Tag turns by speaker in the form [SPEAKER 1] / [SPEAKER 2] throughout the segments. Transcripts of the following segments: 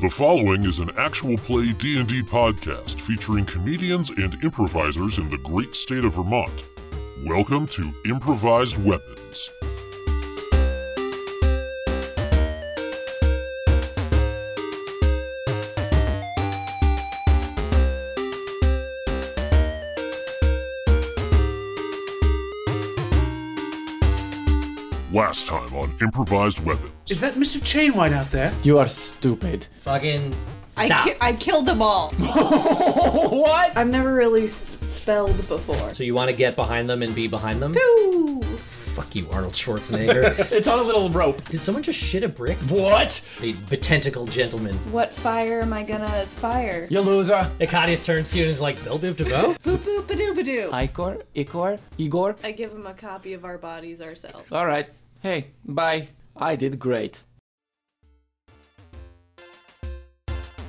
[SPEAKER 1] The following is an actual play D&D podcast featuring comedians and improvisers in the great state of Vermont. Welcome to Improvised Weapons. Last time on Improvised Weapons.
[SPEAKER 2] Is that Mr. Chainwine out there?
[SPEAKER 3] You are stupid.
[SPEAKER 4] Fucking
[SPEAKER 5] I,
[SPEAKER 4] stop.
[SPEAKER 5] ki- I killed them all.
[SPEAKER 3] what?
[SPEAKER 6] I've never really s- spelled before.
[SPEAKER 4] so you want to get behind them and be behind them?
[SPEAKER 5] Ooh.
[SPEAKER 4] Fuck you, Arnold Schwarzenegger.
[SPEAKER 3] It's on a little rope.
[SPEAKER 4] Did someone just shit a brick?
[SPEAKER 3] What?
[SPEAKER 4] The betentacle gentleman.
[SPEAKER 6] What fire am I gonna fire?
[SPEAKER 3] You loser.
[SPEAKER 4] Ikadius turns to you and is like, Bill Biv DeVoe?
[SPEAKER 5] Boop boop badoo badoo.
[SPEAKER 3] Igor? Igor? Igor?
[SPEAKER 6] I give him a copy of Our Bodies Ourselves.
[SPEAKER 3] All right. Hey, bye. I did great.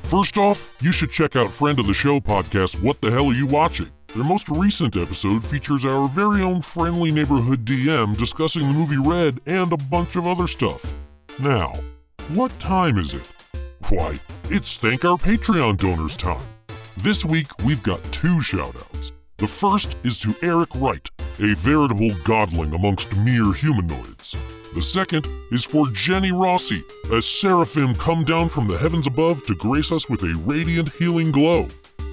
[SPEAKER 1] First off, you should check out friend of the show podcast What the Hell Are You Watching? Their most recent episode features our very own friendly neighborhood DM discussing the movie Red and a bunch of other stuff. Now, what time is it? Why, it's thank our Patreon donors time. This week, we've got two shoutouts. The first is to Eric Wright, a veritable godling amongst mere humanoids. The second is for Jenny Rossi, a seraphim come down from the heavens above to grace us with a radiant healing glow.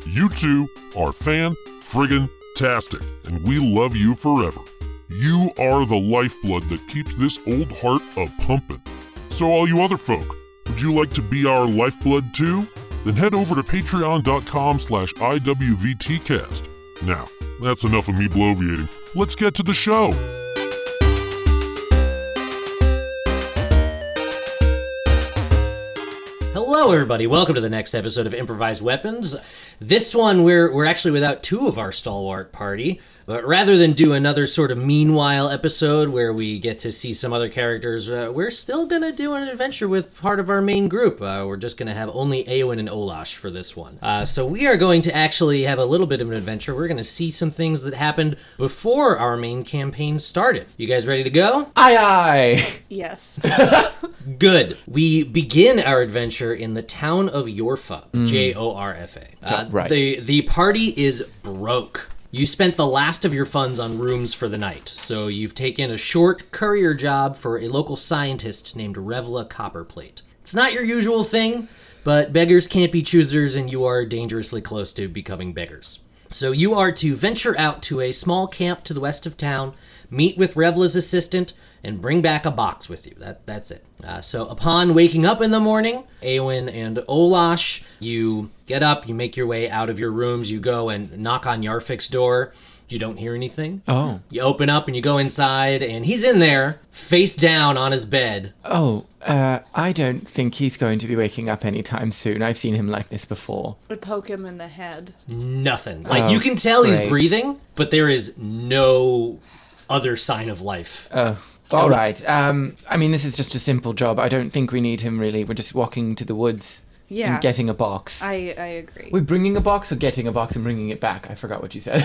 [SPEAKER 1] You two are fan friggin' tastic, and we love you forever. You are the lifeblood that keeps this old heart a pumpin'. So, all you other folk, would you like to be our lifeblood too? Then head over to patreon.com slash IWVTcast. Now, that's enough of me bloviating. Let's get to the show.
[SPEAKER 4] Hello, everybody. Welcome to the next episode of Improvised Weapons. This one, we're we're actually without two of our stalwart party, but rather than do another sort of meanwhile episode where we get to see some other characters, uh, we're still gonna do an adventure with part of our main group. Uh, we're just gonna have only Eowyn and Olash for this one. Uh, so we are going to actually have a little bit of an adventure. We're gonna see some things that happened before our main campaign started. You guys ready to go?
[SPEAKER 3] Aye aye.
[SPEAKER 6] Yes.
[SPEAKER 4] Good. We begin our adventure in the town of Yorfa, J O R F A. Uh,
[SPEAKER 3] right.
[SPEAKER 4] The the party is broke. You spent the last of your funds on rooms for the night, so you've taken a short courier job for a local scientist named Revla Copperplate. It's not your usual thing, but beggars can't be choosers, and you are dangerously close to becoming beggars. So you are to venture out to a small camp to the west of town, meet with Revla's assistant, and bring back a box with you. That that's it. Uh, so upon waking up in the morning, Aowen and Olash, you get up, you make your way out of your rooms, you go and knock on Yarfik's door. You don't hear anything.
[SPEAKER 3] Oh.
[SPEAKER 4] You open up and you go inside, and he's in there, face down on his bed.
[SPEAKER 3] Oh, uh, I don't think he's going to be waking up anytime soon. I've seen him like this before.
[SPEAKER 6] I poke him in the head.
[SPEAKER 4] Nothing. Like you can tell he's
[SPEAKER 3] Oh, great.
[SPEAKER 4] breathing, but there is no other sign of life.
[SPEAKER 3] Oh. All right. Um, I mean, this is just a simple job. I don't think we need him really. We're just walking to the woods
[SPEAKER 6] Yeah.
[SPEAKER 3] and getting a box.
[SPEAKER 6] I, I agree.
[SPEAKER 3] We're bringing a box or getting a box and bringing it back. I forgot what you said.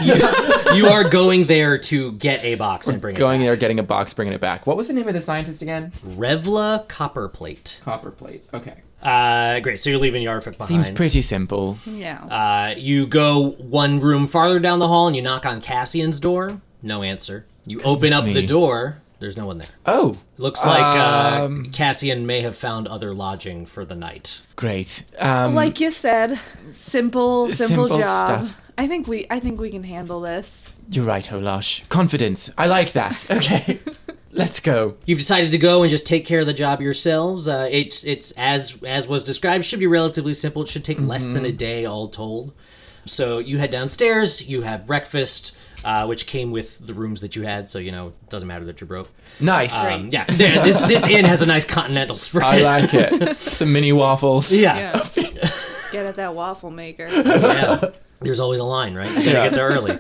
[SPEAKER 4] you are going there to get a box and bring
[SPEAKER 3] going
[SPEAKER 4] it.
[SPEAKER 3] there, getting a box, bringing it back. What was the name of the scientist again?
[SPEAKER 4] Back. Revla Copperplate.
[SPEAKER 3] Copper plate. Okay.
[SPEAKER 4] Uh, great. So you're leaving Yarvik behind.
[SPEAKER 3] Seems pretty simple.
[SPEAKER 6] yeah.
[SPEAKER 4] Uh, you go one room farther down the hall and you knock on Cassian's door. No answer. You open up
[SPEAKER 3] me.
[SPEAKER 4] the door. There's no one there.
[SPEAKER 3] Oh,
[SPEAKER 4] Looks like uh,
[SPEAKER 3] Um,
[SPEAKER 4] Cassian may have found other lodging for the night.
[SPEAKER 3] great. Um,
[SPEAKER 6] like you said, simple, simple,
[SPEAKER 3] simple
[SPEAKER 6] job.
[SPEAKER 3] stuff.
[SPEAKER 6] I think we I think we can handle this.
[SPEAKER 3] you're right, Olash. Confidence. I like that. Okay. Let's go.
[SPEAKER 4] You've decided to go and just take care of the job yourselves. Uh, it's it's as as was described. Should be relatively simple. It should take less than
[SPEAKER 3] Mhm.
[SPEAKER 4] a day, all told. So you head downstairs. You have breakfast, uh, which came with the rooms that you had. So you know, it doesn't matter that you're broke.
[SPEAKER 3] Nice.
[SPEAKER 4] Um, yeah, there- this this inn has a nice continental
[SPEAKER 3] I
[SPEAKER 4] spread.
[SPEAKER 3] like it. Some mini waffles.
[SPEAKER 4] yeah.
[SPEAKER 6] Yeah. Get at that waffle maker.
[SPEAKER 4] yeah. There's always a line, right? You gotta get there early.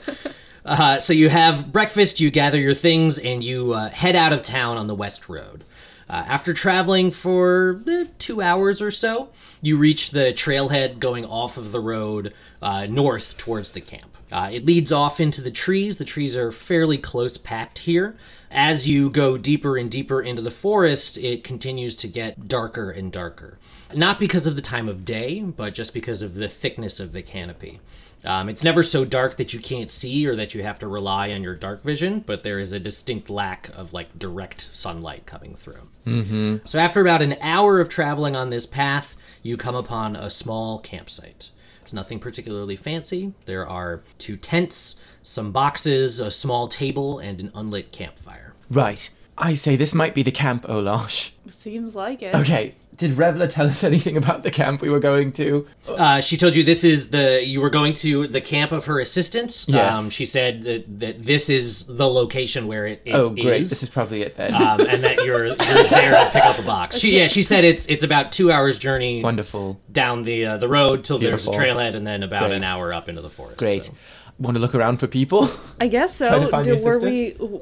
[SPEAKER 4] Uh, so you have breakfast, you gather your things, and you uh, head out of town on the West Road. Uh, after traveling for eh, two hours or so, you reach the trailhead going off of the road uh, north towards the camp. Uh, it leads off into the trees. The trees are fairly close packed here. As you go deeper and deeper into the forest, it continues to get darker and darker. Not because of the time of day, but just because of the thickness of the canopy. Um, it's never so dark that you can't see or that you have to rely on your dark vision, but there is a distinct lack of like direct sunlight coming through. So, after about an hour of traveling on this path, you come upon a small campsite. It's nothing particularly fancy. There are two tents, some boxes, a small table, and an unlit campfire.
[SPEAKER 3] Right. I say this might be the camp, Olash.
[SPEAKER 6] Seems like it.
[SPEAKER 3] Okay. Did Revla tell us anything about the camp we were going to?
[SPEAKER 4] Uh, she told you this is the you were going to the camp of her assistant.
[SPEAKER 3] Yes.
[SPEAKER 4] she said that, that this is the location where it, it
[SPEAKER 3] Oh, great.
[SPEAKER 4] is.
[SPEAKER 3] This is probably it then.
[SPEAKER 4] um, and that you're, you're there to pick up a box. She, yeah, she said it's it's about two hours journey
[SPEAKER 3] Wonderful.
[SPEAKER 4] down the uh, the road till there's a
[SPEAKER 3] Beautiful.
[SPEAKER 4] trailhead, and then about
[SPEAKER 3] Great.
[SPEAKER 4] an hour up into the forest.
[SPEAKER 3] Great.
[SPEAKER 4] so.
[SPEAKER 3] Want to look around for people?
[SPEAKER 6] I guess
[SPEAKER 3] to
[SPEAKER 6] so.
[SPEAKER 3] find
[SPEAKER 6] Do-
[SPEAKER 3] the
[SPEAKER 6] were we w-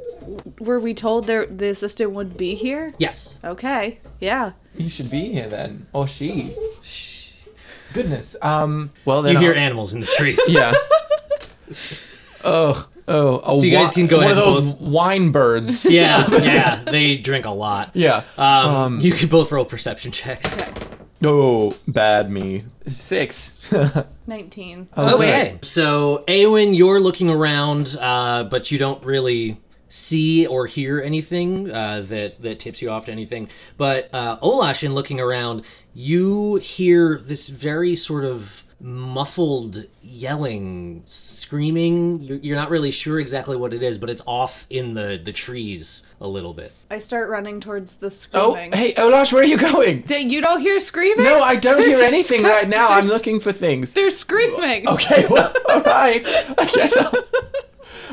[SPEAKER 6] were we told there the assistant would be here?
[SPEAKER 4] Yes.
[SPEAKER 6] Okay. Yeah.
[SPEAKER 3] He should be here then, or she. Goodness. Um. Well, then
[SPEAKER 4] You hear
[SPEAKER 3] I'll-
[SPEAKER 4] animals in the trees.
[SPEAKER 3] yeah. Oh, oh. A
[SPEAKER 4] So you guys
[SPEAKER 3] wi-
[SPEAKER 4] can go
[SPEAKER 3] one
[SPEAKER 4] ahead
[SPEAKER 3] of
[SPEAKER 4] and
[SPEAKER 3] those wine birds.
[SPEAKER 4] yeah, yeah, They drink a lot.
[SPEAKER 3] yeah.
[SPEAKER 4] Um, you can both roll perception checks.
[SPEAKER 3] No, bad me. Six.
[SPEAKER 6] Nineteen.
[SPEAKER 3] Oh,
[SPEAKER 4] Okay. So, Awen, you're looking around, uh, but you don't really see or hear anything uh, that that tips you off to anything. But uh, Olash, in looking around, you hear this very sort of muffled yelling, screaming. You're, you're not really sure exactly what it is, but it's off in the the trees a little bit.
[SPEAKER 6] I start running towards the
[SPEAKER 3] oh,
[SPEAKER 6] screaming.
[SPEAKER 3] hey, Olash, where are you going?
[SPEAKER 6] Th- You don't hear screaming?
[SPEAKER 3] No, I don't hear
[SPEAKER 6] There's
[SPEAKER 3] anything
[SPEAKER 6] sc-
[SPEAKER 3] right now. I'm
[SPEAKER 6] there's-
[SPEAKER 3] looking for things.
[SPEAKER 6] They're screaming.
[SPEAKER 3] Okay, well, all right. I guess I'll,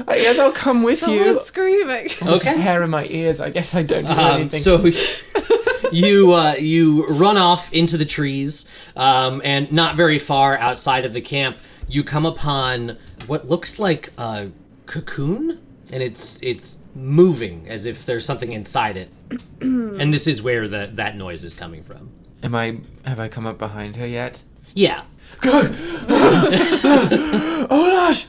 [SPEAKER 3] I guess I'll come with you.
[SPEAKER 6] Someone's screaming.
[SPEAKER 3] There's hair in my ears. I guess I don't hear
[SPEAKER 4] Um,
[SPEAKER 3] anything.
[SPEAKER 4] so you uh, you run off into the trees, um, and not very far outside of the camp, you come upon what looks like a cocoon, and it's it's moving as if there's something inside it. and this is where the that noise is coming from.
[SPEAKER 3] Am I? Have I come up behind her yet?
[SPEAKER 4] Yeah.
[SPEAKER 3] God! oh gosh!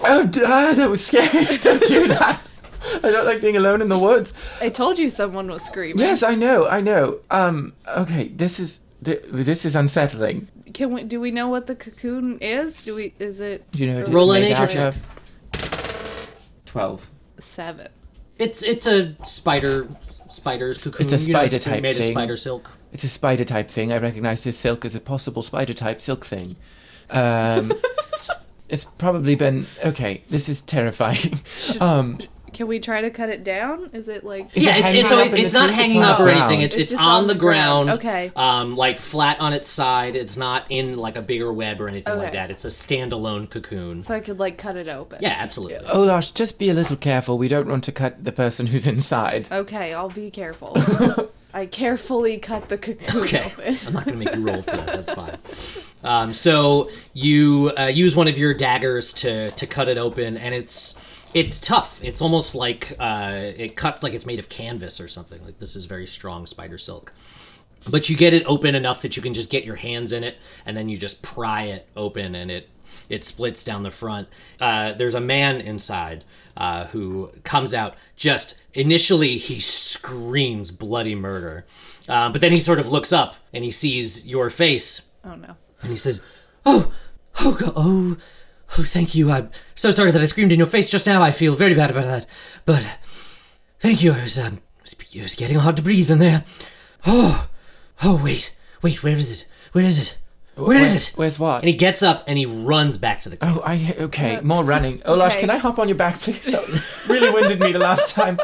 [SPEAKER 3] Oh, d- ah, that was scary. Don't do that. I don't like being alone in the woods.
[SPEAKER 6] I told you someone was screaming.
[SPEAKER 3] Yes, I know, I know. Um, okay, this is th- this is unsettling.
[SPEAKER 6] Can we? Do we know what the cocoon is? Do we? Is it?
[SPEAKER 3] Do you know? What
[SPEAKER 4] Roll an
[SPEAKER 3] it's made
[SPEAKER 4] nature
[SPEAKER 3] out
[SPEAKER 4] check.
[SPEAKER 3] of? Twelve.
[SPEAKER 6] Seven.
[SPEAKER 4] It's it's a spider spider's cocoon.
[SPEAKER 3] It's a
[SPEAKER 4] you know,
[SPEAKER 3] spider type
[SPEAKER 4] made of
[SPEAKER 3] thing.
[SPEAKER 4] spider silk.
[SPEAKER 3] It's a spider type thing. I recognize this silk as a possible spider type silk thing. Um, it's probably been okay. This is terrifying. Um,
[SPEAKER 6] Can we try to cut it down? Is it like?
[SPEAKER 3] Is it
[SPEAKER 4] yeah, it's,
[SPEAKER 3] hanging
[SPEAKER 4] it's, so
[SPEAKER 3] up
[SPEAKER 4] it-
[SPEAKER 3] in the
[SPEAKER 4] it's not
[SPEAKER 3] trees? It's
[SPEAKER 4] hanging
[SPEAKER 3] on
[SPEAKER 4] up
[SPEAKER 3] the
[SPEAKER 4] or
[SPEAKER 3] ground.
[SPEAKER 4] anything. It's
[SPEAKER 6] It's
[SPEAKER 4] it's,
[SPEAKER 6] just
[SPEAKER 4] on, the ground.
[SPEAKER 6] Okay.
[SPEAKER 4] Um, like flat on its side. It's not in like a bigger web or anything like
[SPEAKER 6] Okay.
[SPEAKER 4] that. It's a standalone cocoon.
[SPEAKER 6] So I could like cut it open.
[SPEAKER 4] yeah, absolutely.
[SPEAKER 3] Olash, just be a little careful. We don't want to cut the person who's inside.
[SPEAKER 6] Okay, I'll be careful. I carefully cut the cocoon
[SPEAKER 4] Okay,
[SPEAKER 6] open.
[SPEAKER 4] I'm not gonna make you roll for that. That's fine. Um, so you uh, use one of your daggers to to cut it open, and it's it's tough. It's almost like uh, it cuts like it's made of canvas or something. Like this is very strong spider silk. but you get it open enough that you can just get your hands in it and then you just pry it open and it it splits down the front uh, there's a man inside uh, who comes out just initially he screams bloody murder uh, but then he sort of looks up and he sees your face
[SPEAKER 6] Oh no.
[SPEAKER 4] and he says oh oh go- oh oh thank you i'm so sorry that i screamed in your face just now i feel very bad about that but thank you i was um it was getting hard to breathe in there Oh wait, wait, where is it? Where is it? Where is it?
[SPEAKER 3] Where's what?
[SPEAKER 4] And he gets up and he runs back to the car.
[SPEAKER 3] Oh, I okay. More running. Olash,
[SPEAKER 6] Uh, okay.
[SPEAKER 3] can I hop on your back, please? That really winded me the last time.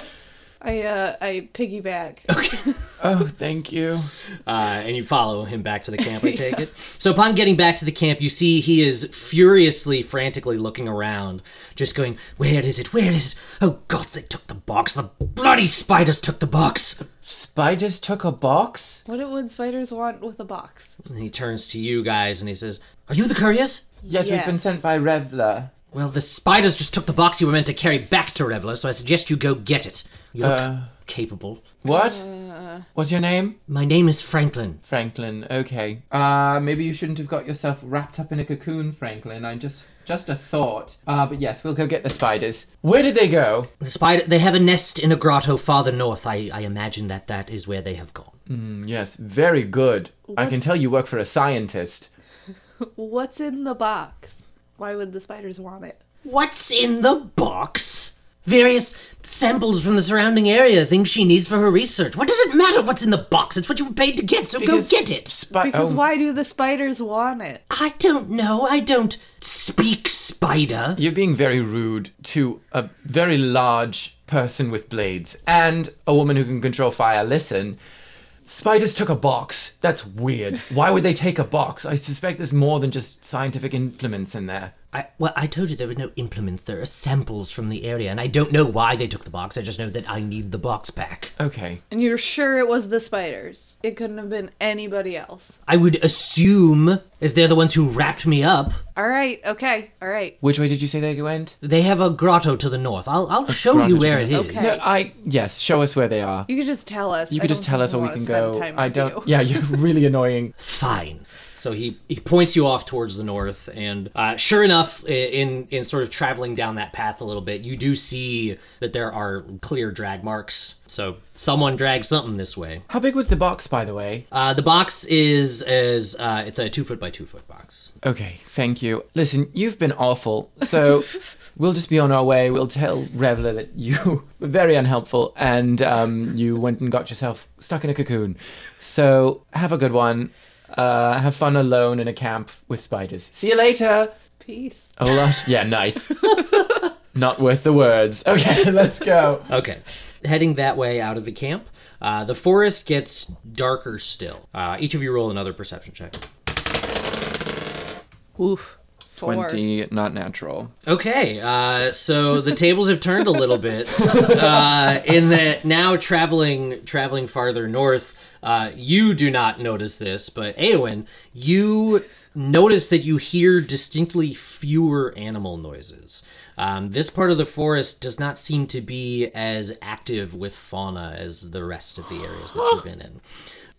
[SPEAKER 6] I uh I piggyback.
[SPEAKER 3] Oh, thank you.
[SPEAKER 4] Uh, and you follow him back to the camp, I take it. So upon getting back to the camp, you see he is furiously, frantically looking around, just going, Where is it? Where is it? Oh gods, they took the box. The bloody spiders took the box.
[SPEAKER 3] Spiders took a box.
[SPEAKER 6] What would spiders want with a box?
[SPEAKER 4] And he turns to you guys and he says, Are you the couriers?
[SPEAKER 3] Yes, we've been
[SPEAKER 6] Yes.
[SPEAKER 3] sent by Revler.
[SPEAKER 4] Well, the spiders just took the box you were meant to carry back to Reveler, so I suggest you go get it. You look
[SPEAKER 3] Uh.
[SPEAKER 4] capable.
[SPEAKER 3] What?
[SPEAKER 6] Uh,
[SPEAKER 3] What's your name?
[SPEAKER 4] My name is Franklin.
[SPEAKER 3] Franklin. Okay. Uh, maybe you shouldn't have got yourself wrapped up in a cocoon, Franklin. I just Just a thought. Uh, but yes, we'll go get the spiders. Where did they go?
[SPEAKER 4] The spider, they have a nest in a grotto farther north. I, I imagine that that is where they have gone.
[SPEAKER 3] Yes, very good. I can tell you work for a scientist.
[SPEAKER 6] What's in the box? Why would the spiders want it?
[SPEAKER 4] What's in the box? Various samples from the surrounding area, things she needs for her research. What does it matter what's in the box? It's what you were paid to get, so
[SPEAKER 3] Because
[SPEAKER 4] go get it.
[SPEAKER 3] Spi-
[SPEAKER 6] Because
[SPEAKER 3] oh,
[SPEAKER 6] why do the spiders want it?
[SPEAKER 4] I don't know. I don't speak spider.
[SPEAKER 3] You're being very rude to a very large person with blades and a woman who can control fire. Listen, spiders took a box. That's weird. Why would they take a box? I suspect there's more than just scientific implements in there.
[SPEAKER 4] I, well, I told you there were no implements. There are samples from the area, and I don't know why they took the box. I just know that I need the box back.
[SPEAKER 3] Okay.
[SPEAKER 6] And you're sure it was the spiders. It couldn't have been anybody else.
[SPEAKER 4] I would assume, as they're the ones who wrapped me up,
[SPEAKER 6] All right, okay, all right.
[SPEAKER 3] Which way did you say they went?
[SPEAKER 4] they have a grotto to the north. I'll, I'll show
[SPEAKER 3] grotto
[SPEAKER 4] you
[SPEAKER 3] to
[SPEAKER 4] where
[SPEAKER 3] the
[SPEAKER 4] it is.
[SPEAKER 3] north.
[SPEAKER 6] Okay.
[SPEAKER 3] No, I yes. Show us where they are.
[SPEAKER 6] You could just tell us.
[SPEAKER 3] You
[SPEAKER 6] I
[SPEAKER 3] can just
[SPEAKER 6] don't
[SPEAKER 3] tell
[SPEAKER 6] think
[SPEAKER 3] us, or we
[SPEAKER 6] wanna
[SPEAKER 3] can
[SPEAKER 6] spend
[SPEAKER 3] go.
[SPEAKER 6] time
[SPEAKER 3] I
[SPEAKER 6] with
[SPEAKER 3] don't.
[SPEAKER 6] you.
[SPEAKER 3] Yeah, you're really annoying.
[SPEAKER 4] fine. So he, he points you off towards the north, and uh, sure enough, i- in in sort of traveling down that path a little bit, you do see that there are clear drag marks. So someone dragged something this way.
[SPEAKER 3] How big was the box, by the way?
[SPEAKER 4] Uh, the box is is uh, it's a two foot by two foot box.
[SPEAKER 3] Okay, thank you. Listen, you've been awful, so we'll just be on our way. We'll tell Reveler that you were very unhelpful and um, you went and got yourself stuck in a cocoon. So have a good one. Uh, have fun alone in a camp with spiders. See you later.
[SPEAKER 6] Peace.
[SPEAKER 3] Olash. Yeah, nice. Not worth the words. Okay, let's go.
[SPEAKER 4] Okay, heading that way out of the camp. Uh, the forest gets darker still. Uh, each of you roll another perception check.
[SPEAKER 6] Oof. Four.
[SPEAKER 3] Twenty, not natural.
[SPEAKER 4] Okay, uh, so the tables have turned a little bit uh, in that now traveling traveling farther north, uh, you do not notice this, but Eowyn, you notice that you hear distinctly fewer animal noises. Um, this part of the forest does not seem to be as active with fauna as the rest of the areas that you've been in.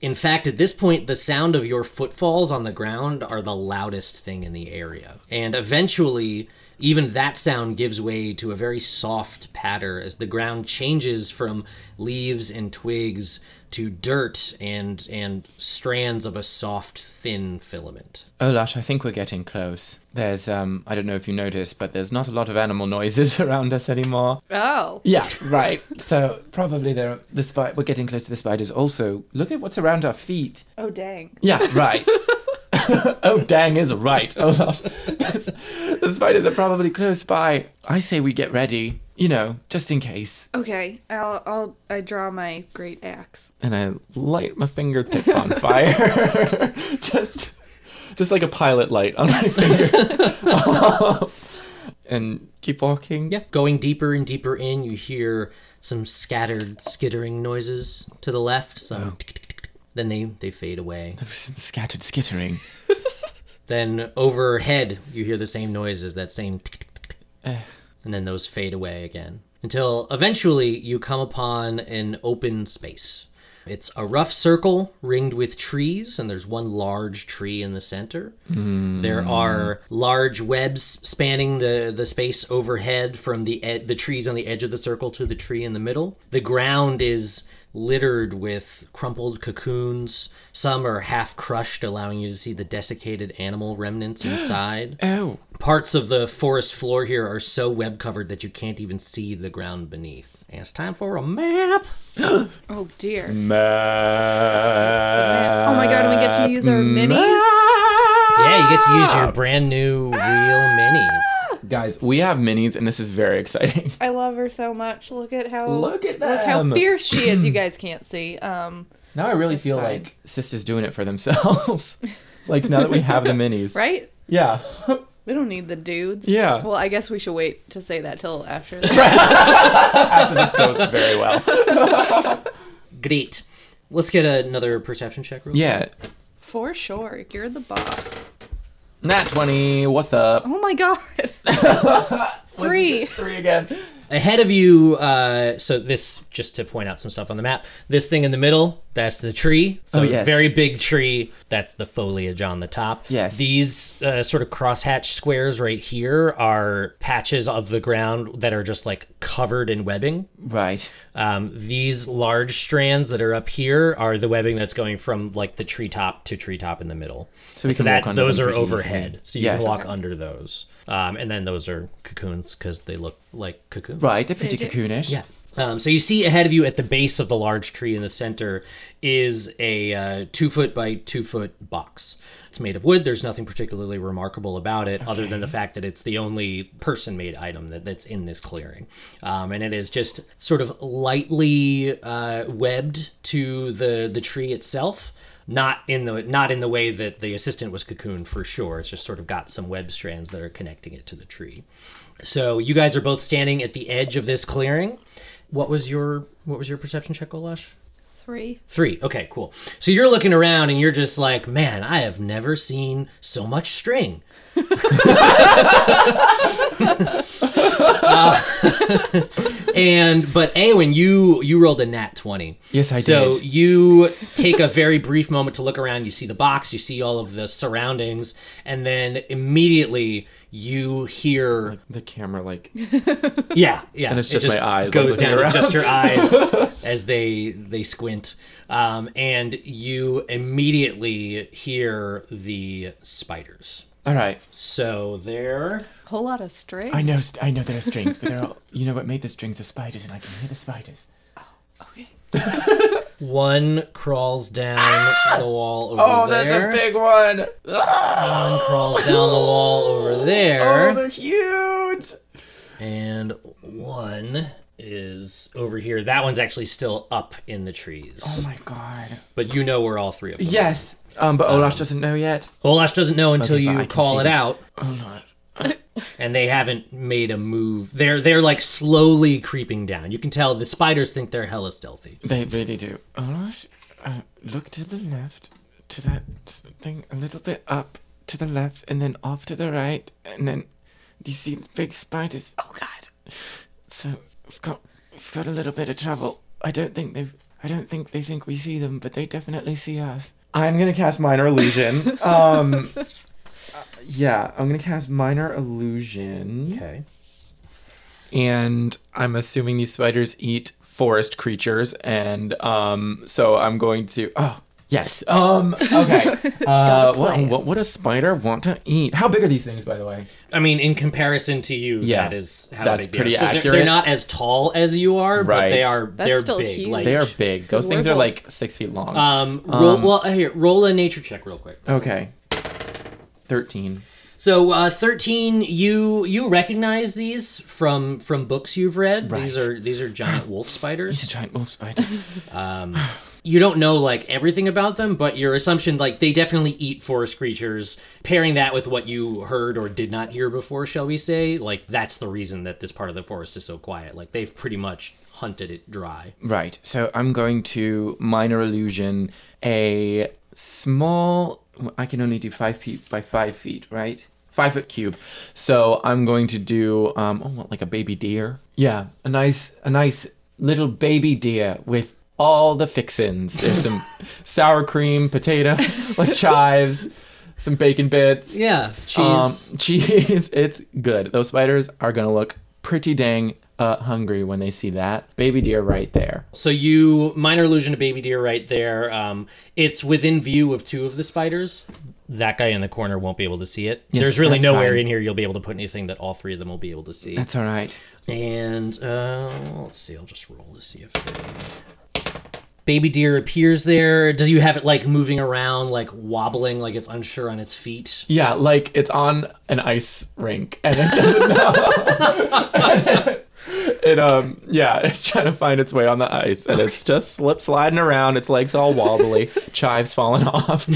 [SPEAKER 4] In fact, at this point, the sound of your footfalls on the ground are the loudest thing in the area. And eventually, even that sound gives way to a very soft patter as the ground changes from leaves and twigs to dirt and and strands of a soft thin filament.
[SPEAKER 3] Olash, Oh, I think we're getting close. There's, um, I don't know if you noticed, but there's not a lot of animal noises around us anymore.
[SPEAKER 6] Oh.
[SPEAKER 3] Yeah, right. So probably there are the spi- we're getting close to the spiders. Also, look at what's around our feet.
[SPEAKER 6] Oh dang.
[SPEAKER 3] Yeah, right. oh dang is right. Oh gosh. the spiders are probably close by. I say we get ready, you know, just in case.
[SPEAKER 6] Okay. I'll I'll I draw my great axe.
[SPEAKER 3] And I light my fingertip on fire. just just like a pilot light on my finger. and keep walking.
[SPEAKER 4] Yeah, going deeper and deeper in, you hear some scattered skittering noises to the left. So then they they fade away.
[SPEAKER 3] Some scattered skittering.
[SPEAKER 4] Then overhead, you hear the same noises, that same tick, tick, tick, tick. and then those fade away again until eventually you come upon an open space. It's a rough circle ringed with trees, and there's one large tree in the center. There are large webs spanning the, the space overhead from the ed- the trees on the edge of the circle to the tree in the middle. The ground is littered with crumpled cocoons. Some are half crushed, allowing you to see the desiccated animal remnants inside.
[SPEAKER 3] Oh.
[SPEAKER 4] Parts of the forest floor here are so web covered that you can't even see the ground beneath. And it's time for a map.
[SPEAKER 6] Oh dear. Oh my god, and we get to use our minis?
[SPEAKER 4] Yeah, you get to use your brand new real minis.
[SPEAKER 3] Guys, we have minis and this is very exciting.
[SPEAKER 6] I love her so much. Look at how
[SPEAKER 3] Look at
[SPEAKER 6] look how
[SPEAKER 3] them.
[SPEAKER 6] fierce she is, you guys can't see. Um
[SPEAKER 3] Now I really feel
[SPEAKER 6] fine.
[SPEAKER 3] like sisters doing it for themselves. like now that we have the minis.
[SPEAKER 6] right?
[SPEAKER 3] Yeah.
[SPEAKER 6] We don't need the dudes.
[SPEAKER 3] Yeah.
[SPEAKER 6] Well, I guess we should wait to say that till after this.
[SPEAKER 3] After this goes very well.
[SPEAKER 4] Great. Let's get another perception check real
[SPEAKER 3] Yeah.
[SPEAKER 6] For sure. You're the boss.
[SPEAKER 3] Nat 20, what's up?
[SPEAKER 6] Oh my god. Three.
[SPEAKER 3] Three again.
[SPEAKER 4] ahead of you uh, so this just to point out some stuff on the map this thing in the middle That's the tree. So
[SPEAKER 3] Oh, yes.
[SPEAKER 4] very big tree. That's the foliage on the top.
[SPEAKER 3] Yes.
[SPEAKER 4] These uh, sort of crosshatch squares right here are patches of the ground that are just like covered in webbing.
[SPEAKER 3] Right.
[SPEAKER 4] Um, these large strands that are up here are the webbing that's going from like the treetop to treetop in the middle.
[SPEAKER 3] So we can walk under
[SPEAKER 4] those
[SPEAKER 3] them
[SPEAKER 4] are
[SPEAKER 3] pretty easily.
[SPEAKER 4] overhead, so you
[SPEAKER 3] Yes.
[SPEAKER 4] can walk under those. Um, and then those are cocoons because they look like cocoons.
[SPEAKER 3] Right. They're pretty
[SPEAKER 6] do.
[SPEAKER 3] cocoonish.
[SPEAKER 4] Yeah. Um, so you see ahead of you at the base of the large tree in the center is a uh, two foot by two foot box. It's made of wood. There's nothing particularly remarkable about it, other than the fact that it's the only person made item that, that's in this clearing. Um, and it is just sort of lightly uh, webbed to the, the tree itself. Not in the not in the way that the assistant was cocooned for sure. It's just sort of got some web strands that are connecting it to the tree. So you guys are both standing at the edge of this clearing. What was your what was your perception check, Olash?
[SPEAKER 6] Three.
[SPEAKER 4] Three. Okay, cool. So you're looking around and you're just like, man, I have never seen so much string. Uh, and but Awen, you you rolled a nat twenty.
[SPEAKER 3] Yes, I
[SPEAKER 4] so
[SPEAKER 3] did.
[SPEAKER 4] you take a very brief moment to look around. You see the box. You see all of the surroundings, and then immediately you hear
[SPEAKER 3] The camera, like,
[SPEAKER 4] yeah, yeah.
[SPEAKER 3] And it's
[SPEAKER 4] It
[SPEAKER 3] just my eyes, like,
[SPEAKER 4] goes
[SPEAKER 3] looking
[SPEAKER 4] down to
[SPEAKER 3] around.
[SPEAKER 4] just your eyes as they they squint, um, and you immediately hear the spiders.
[SPEAKER 3] all right.
[SPEAKER 4] So they're
[SPEAKER 6] Whole lot of string.
[SPEAKER 3] I know, I know there are strings, but they're all, you know what made the strings are spiders, and I can hear the spiders.
[SPEAKER 6] Okay.
[SPEAKER 4] one crawls down the wall over
[SPEAKER 3] Oh,
[SPEAKER 4] there.
[SPEAKER 3] one.
[SPEAKER 4] One crawls down the wall over there,
[SPEAKER 3] they're huge.
[SPEAKER 4] and one is over here. That one's actually still up in the trees,
[SPEAKER 3] Oh my god.
[SPEAKER 4] but you know where all three of them. are.
[SPEAKER 3] Yes. Um, but Olash doesn't know yet.
[SPEAKER 4] Olash doesn't know until
[SPEAKER 3] Okay, but I
[SPEAKER 4] you
[SPEAKER 3] can
[SPEAKER 4] call
[SPEAKER 3] see
[SPEAKER 4] it
[SPEAKER 3] them.
[SPEAKER 4] out.
[SPEAKER 3] Oh no.
[SPEAKER 4] and they haven't made a move. They're they're like slowly creeping down. You can tell the spiders think they're hella stealthy.
[SPEAKER 3] They really do. Olash, uh, look to the left, to that s- thing a little bit up, to the left, and then off to the right, and then you see the big spiders.
[SPEAKER 6] Oh God.
[SPEAKER 3] So we've got we've got a little bit of trouble. I don't think they've I don't think they think we see them, but they definitely see us. I'm gonna cast minor illusion. um uh, yeah, I'm gonna cast minor illusion.
[SPEAKER 4] Okay.
[SPEAKER 3] And I'm assuming these spiders eat forest creatures and um so I'm going to oh yes. Um okay. Uh what,
[SPEAKER 6] plan.
[SPEAKER 3] what would a spider want to eat? How big are these things by the way?
[SPEAKER 4] I mean, in comparison to you,
[SPEAKER 3] Yeah.
[SPEAKER 4] that is how
[SPEAKER 3] That's
[SPEAKER 4] big they
[SPEAKER 3] pretty
[SPEAKER 4] are. So they're-
[SPEAKER 3] accurate.
[SPEAKER 4] They're, not as tall as you are, but they
[SPEAKER 3] Right.
[SPEAKER 4] are.
[SPEAKER 6] That's
[SPEAKER 4] they're
[SPEAKER 6] still
[SPEAKER 4] big.
[SPEAKER 6] huge.
[SPEAKER 4] Like,
[SPEAKER 3] They are big. Those things
[SPEAKER 6] we're
[SPEAKER 3] are
[SPEAKER 6] both- Uh,
[SPEAKER 3] like six feet long.
[SPEAKER 4] Um, roll, well, here, roll a nature check real quick.
[SPEAKER 3] okay. Thirteen.
[SPEAKER 4] So, uh, thirteen, you you recognize these from from books you've read. These
[SPEAKER 3] Right.
[SPEAKER 4] are these are giant wolf spiders.
[SPEAKER 3] It's a giant wolf spider.
[SPEAKER 4] you don't know like everything about them, but your assumption like they definitely eat forest creatures. Pairing that with what you heard or did not hear before, shall we say, like that's the reason that this part of the forest is so quiet. Like they've pretty much hunted it dry.
[SPEAKER 3] Right. So I'm going to minor illusion a small. I can only do five feet by five feet, right? Five foot cube. So I'm going to do um, oh, what, like a baby deer. Yeah, a nice, a nice little baby deer with all the fixins. There's some sour cream, potato, like chives, some bacon bits.
[SPEAKER 4] Yeah,
[SPEAKER 3] Um,
[SPEAKER 4] cheese.
[SPEAKER 3] cheese. It's good. Those spiders are gonna look pretty dang uh, hungry when they see that baby deer right there.
[SPEAKER 4] so you minor illusion to baby deer right there. Um, it's within view of two of the spiders. That guy in the corner won't be able to see it.
[SPEAKER 3] Yes,
[SPEAKER 4] There's really
[SPEAKER 3] that's
[SPEAKER 4] nowhere
[SPEAKER 3] fine.
[SPEAKER 4] in here you'll be able to put anything that all three of them will be able to see.
[SPEAKER 3] That's all right.
[SPEAKER 4] And uh, let's see, I'll just roll to see if they- baby deer appears there. Do you have it like moving around, like wobbling, like it's unsure on its feet?
[SPEAKER 3] Yeah, like it's on an ice rink and it doesn't know. it um yeah, it's trying to find its way on the ice and it's just slip sliding around. Its legs all wobbly, chives falling off.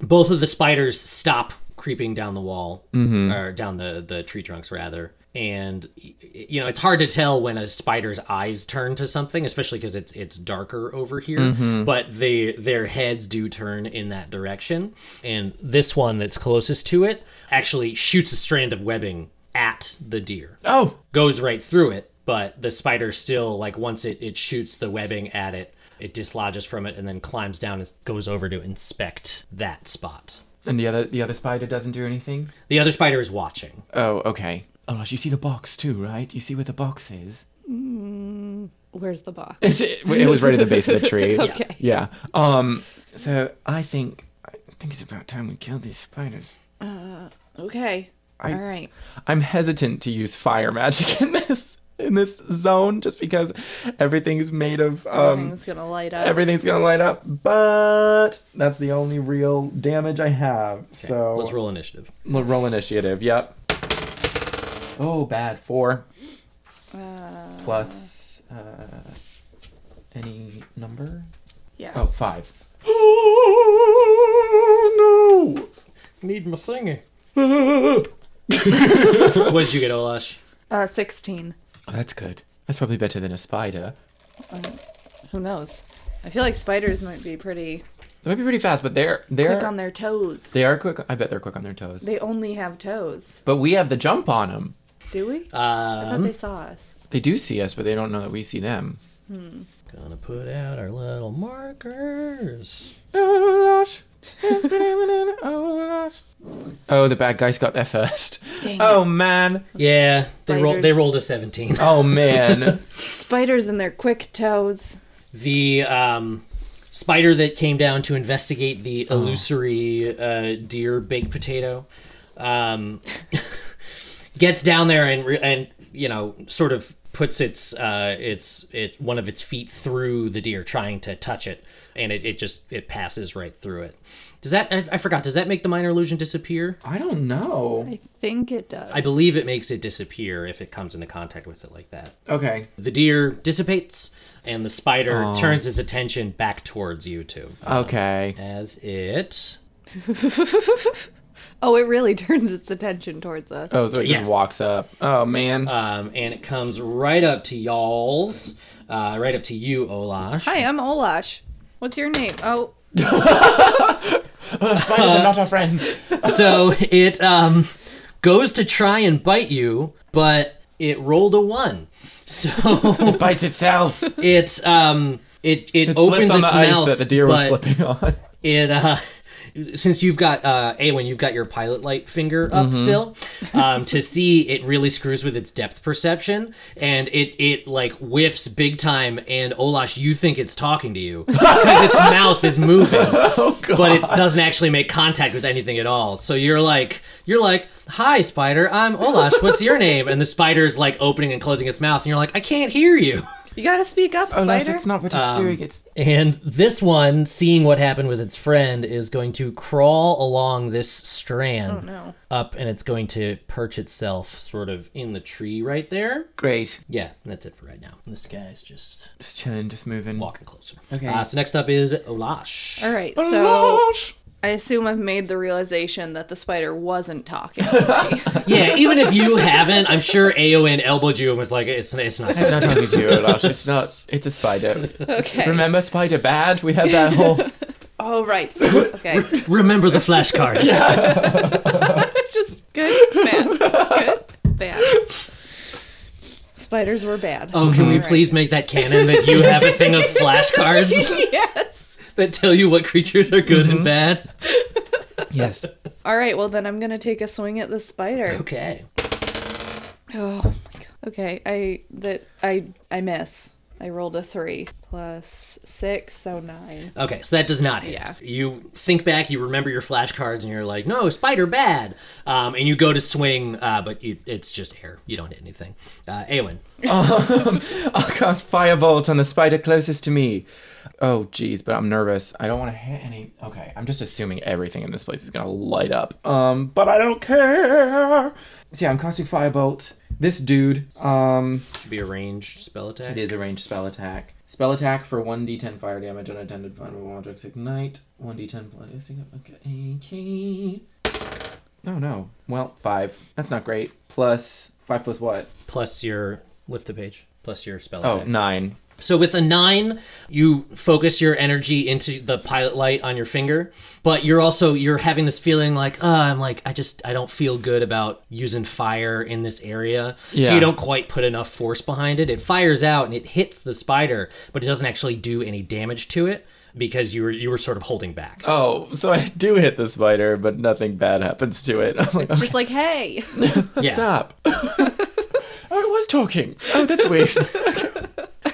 [SPEAKER 4] Both of the spiders stop creeping down the wall, or down the the tree trunks rather. And y- y- you know it's hard to tell when a spider's eyes turn to something, especially because it's it's darker over here. But they their heads do turn in that direction. And this one that's closest to it actually shoots a strand of webbing at the deer
[SPEAKER 3] Oh,
[SPEAKER 4] goes right through it, but the spider still like once it it shoots the webbing at it, It dislodges from it and then climbs down and goes over to inspect that spot.
[SPEAKER 3] And the other the other spider doesn't do anything.
[SPEAKER 4] The other spider is watching.
[SPEAKER 3] Oh, okay. Oh, right, you see the box too, right? You see where the box is.
[SPEAKER 6] Where's the box?
[SPEAKER 3] It, was right at the base of the tree.
[SPEAKER 6] Okay.
[SPEAKER 3] Yeah. Um. So I think I think it's about time we killed these spiders.
[SPEAKER 6] Okay.
[SPEAKER 3] I-
[SPEAKER 6] All right.
[SPEAKER 3] I'm hesitant to use fire magic in this in this zone just because everything's made of um
[SPEAKER 6] Everything's gonna light up.
[SPEAKER 3] everything's gonna light up. But that's the only real damage I have. so
[SPEAKER 4] Let's roll initiative.
[SPEAKER 3] L- roll initiative. Yep. Oh, bad four. Plus uh, any number.
[SPEAKER 6] yeah.
[SPEAKER 3] Oh, five. Oh no!
[SPEAKER 4] Need my thingy. What'd you get, Olash?
[SPEAKER 6] Uh, sixteen.
[SPEAKER 3] Oh, that's good. That's probably better than a spider.
[SPEAKER 6] Who knows? I feel like spiders might be pretty
[SPEAKER 3] They might be pretty fast, but they're they're
[SPEAKER 6] quick on their toes.
[SPEAKER 3] they are quick. I bet they're quick on their toes.
[SPEAKER 6] They only have toes.
[SPEAKER 3] But we have the jump on them.
[SPEAKER 6] Do we? I
[SPEAKER 4] Uh,
[SPEAKER 6] thought they saw us.
[SPEAKER 3] They do see us, but they don't know that we see them.
[SPEAKER 4] gonna put out our little markers.
[SPEAKER 3] Oh gosh. Oh, the bad guys got there first.
[SPEAKER 6] Dang.
[SPEAKER 3] Oh man.
[SPEAKER 4] Yeah, they rolled. They
[SPEAKER 6] Spiders.
[SPEAKER 4] rolled a seventeen.
[SPEAKER 3] Oh man.
[SPEAKER 6] Spiders and their quick toes.
[SPEAKER 4] The um, spider that came down to investigate the illusory uh, deer baked potato um, gets down there and re- and you know sort of puts its uh, its its one of its feet through the deer trying to touch it, and it, it just it passes right through it. Does that I, I forgot? Does that make the minor illusion disappear?
[SPEAKER 3] I don't know.
[SPEAKER 6] I think it does.
[SPEAKER 4] I believe it makes it disappear if it comes into contact with it like that.
[SPEAKER 3] Okay.
[SPEAKER 4] The deer dissipates, and the spider turns its attention back towards you two.
[SPEAKER 3] Okay.
[SPEAKER 4] As it.
[SPEAKER 6] Oh, it really turns its attention towards us.
[SPEAKER 3] Oh, so it
[SPEAKER 4] Yes.
[SPEAKER 3] just walks up. Oh man.
[SPEAKER 4] Um, and it comes right up to y'all's. Uh, right up to you, Olash.
[SPEAKER 6] Hi, I'm Olash. What's your name? Oh,
[SPEAKER 3] Spiders are not our friends.
[SPEAKER 4] So it um, goes to try and bite you, but it rolled a one. So
[SPEAKER 3] Bites itself. It
[SPEAKER 4] it's um, it it, opens
[SPEAKER 3] slips on the
[SPEAKER 4] its
[SPEAKER 3] ice
[SPEAKER 4] mouth.
[SPEAKER 3] that the deer was
[SPEAKER 4] but
[SPEAKER 3] slipping on.
[SPEAKER 4] it uh since you've got uh Awen, you've got your pilot light finger up still um to see it really screws with its depth perception and it it like whiffs big time and Olash you think it's talking to you because its mouth is moving but it doesn't actually make contact with anything at all so you're like you're like hi spider I'm Olash what's your name and the spider's like opening and closing its mouth and you're like I can't hear you
[SPEAKER 6] you gotta speak up, spider.
[SPEAKER 3] Oh, it's not what it's
[SPEAKER 4] Um,
[SPEAKER 3] doing. It's
[SPEAKER 4] and this one, seeing what happened with its friend, is going to crawl along this strand
[SPEAKER 6] no.
[SPEAKER 4] up and it's going to perch itself sort of in the tree right there.
[SPEAKER 3] great.
[SPEAKER 4] Yeah, that's it for right now. This guy's just
[SPEAKER 3] Just chilling, just moving.
[SPEAKER 4] walking closer. Okay. Uh, so next up is Olash.
[SPEAKER 6] All right, so I assume I've made the realization that the spider wasn't talking. to me.
[SPEAKER 4] Yeah, even if you haven't, I'm sure Aon elbowed you and was like, it's, it's not.
[SPEAKER 3] It's not talking to you, Olash. It's not. It's a spider.
[SPEAKER 6] okay.
[SPEAKER 3] Remember Spider Bad? We had that whole.
[SPEAKER 6] oh, right. so- okay.
[SPEAKER 4] Remember the flashcards.
[SPEAKER 6] Just good, bad, good, bad. Spiders were bad.
[SPEAKER 4] Oh, can we
[SPEAKER 6] Alright.
[SPEAKER 4] please make that canon that you have a thing of flashcards
[SPEAKER 6] yes.
[SPEAKER 4] that tell you what creatures are good and bad?
[SPEAKER 3] yes.
[SPEAKER 6] All right. Well, then I'm gonna take a swing at the spider.
[SPEAKER 4] Okay.
[SPEAKER 6] Oh my god. Okay. I that I I miss. I rolled a three plus six, so nine.
[SPEAKER 4] Okay, so that does not hit.
[SPEAKER 6] Yeah.
[SPEAKER 4] You think back, you remember your flashcards, and you're like, "No, spider bad," um, and you go to swing, uh, but you, it's just air. You don't hit anything. Uh, Awen,
[SPEAKER 3] I'll cast Firebolt on the spider closest to me. Oh, jeez, but I'm nervous. I don't want to hit any. Okay, I'm just assuming everything in this place is going to light up. Um, but I don't care. So yeah, I'm casting Firebolt. This dude, um,
[SPEAKER 4] should be a ranged spell attack.
[SPEAKER 3] it is a ranged spell attack. Spell attack for 1d10 fire damage on attended vulnerable objects ignite. 1d10 blood is okay. Oh no. Well, five. That's not great. Plus five plus what?
[SPEAKER 4] plus your lift the page, plus your spell
[SPEAKER 3] Oh,
[SPEAKER 4] attack.
[SPEAKER 3] nine.
[SPEAKER 4] So with a nine, you focus your energy into the pilot light on your finger, but you're also you're having this feeling like, uh, I'm like, I just I don't feel good about using fire in this area. So
[SPEAKER 3] Yeah.
[SPEAKER 4] you don't quite put enough force behind it. It fires out and it hits the spider, but it doesn't actually do any damage to it because you were you were sort of holding back.
[SPEAKER 3] Oh, so I do hit the spider, but nothing bad happens to it. I'm like,
[SPEAKER 6] It's just like, hey,
[SPEAKER 4] yeah.
[SPEAKER 3] stop. oh, it was talking. Oh, that's weird.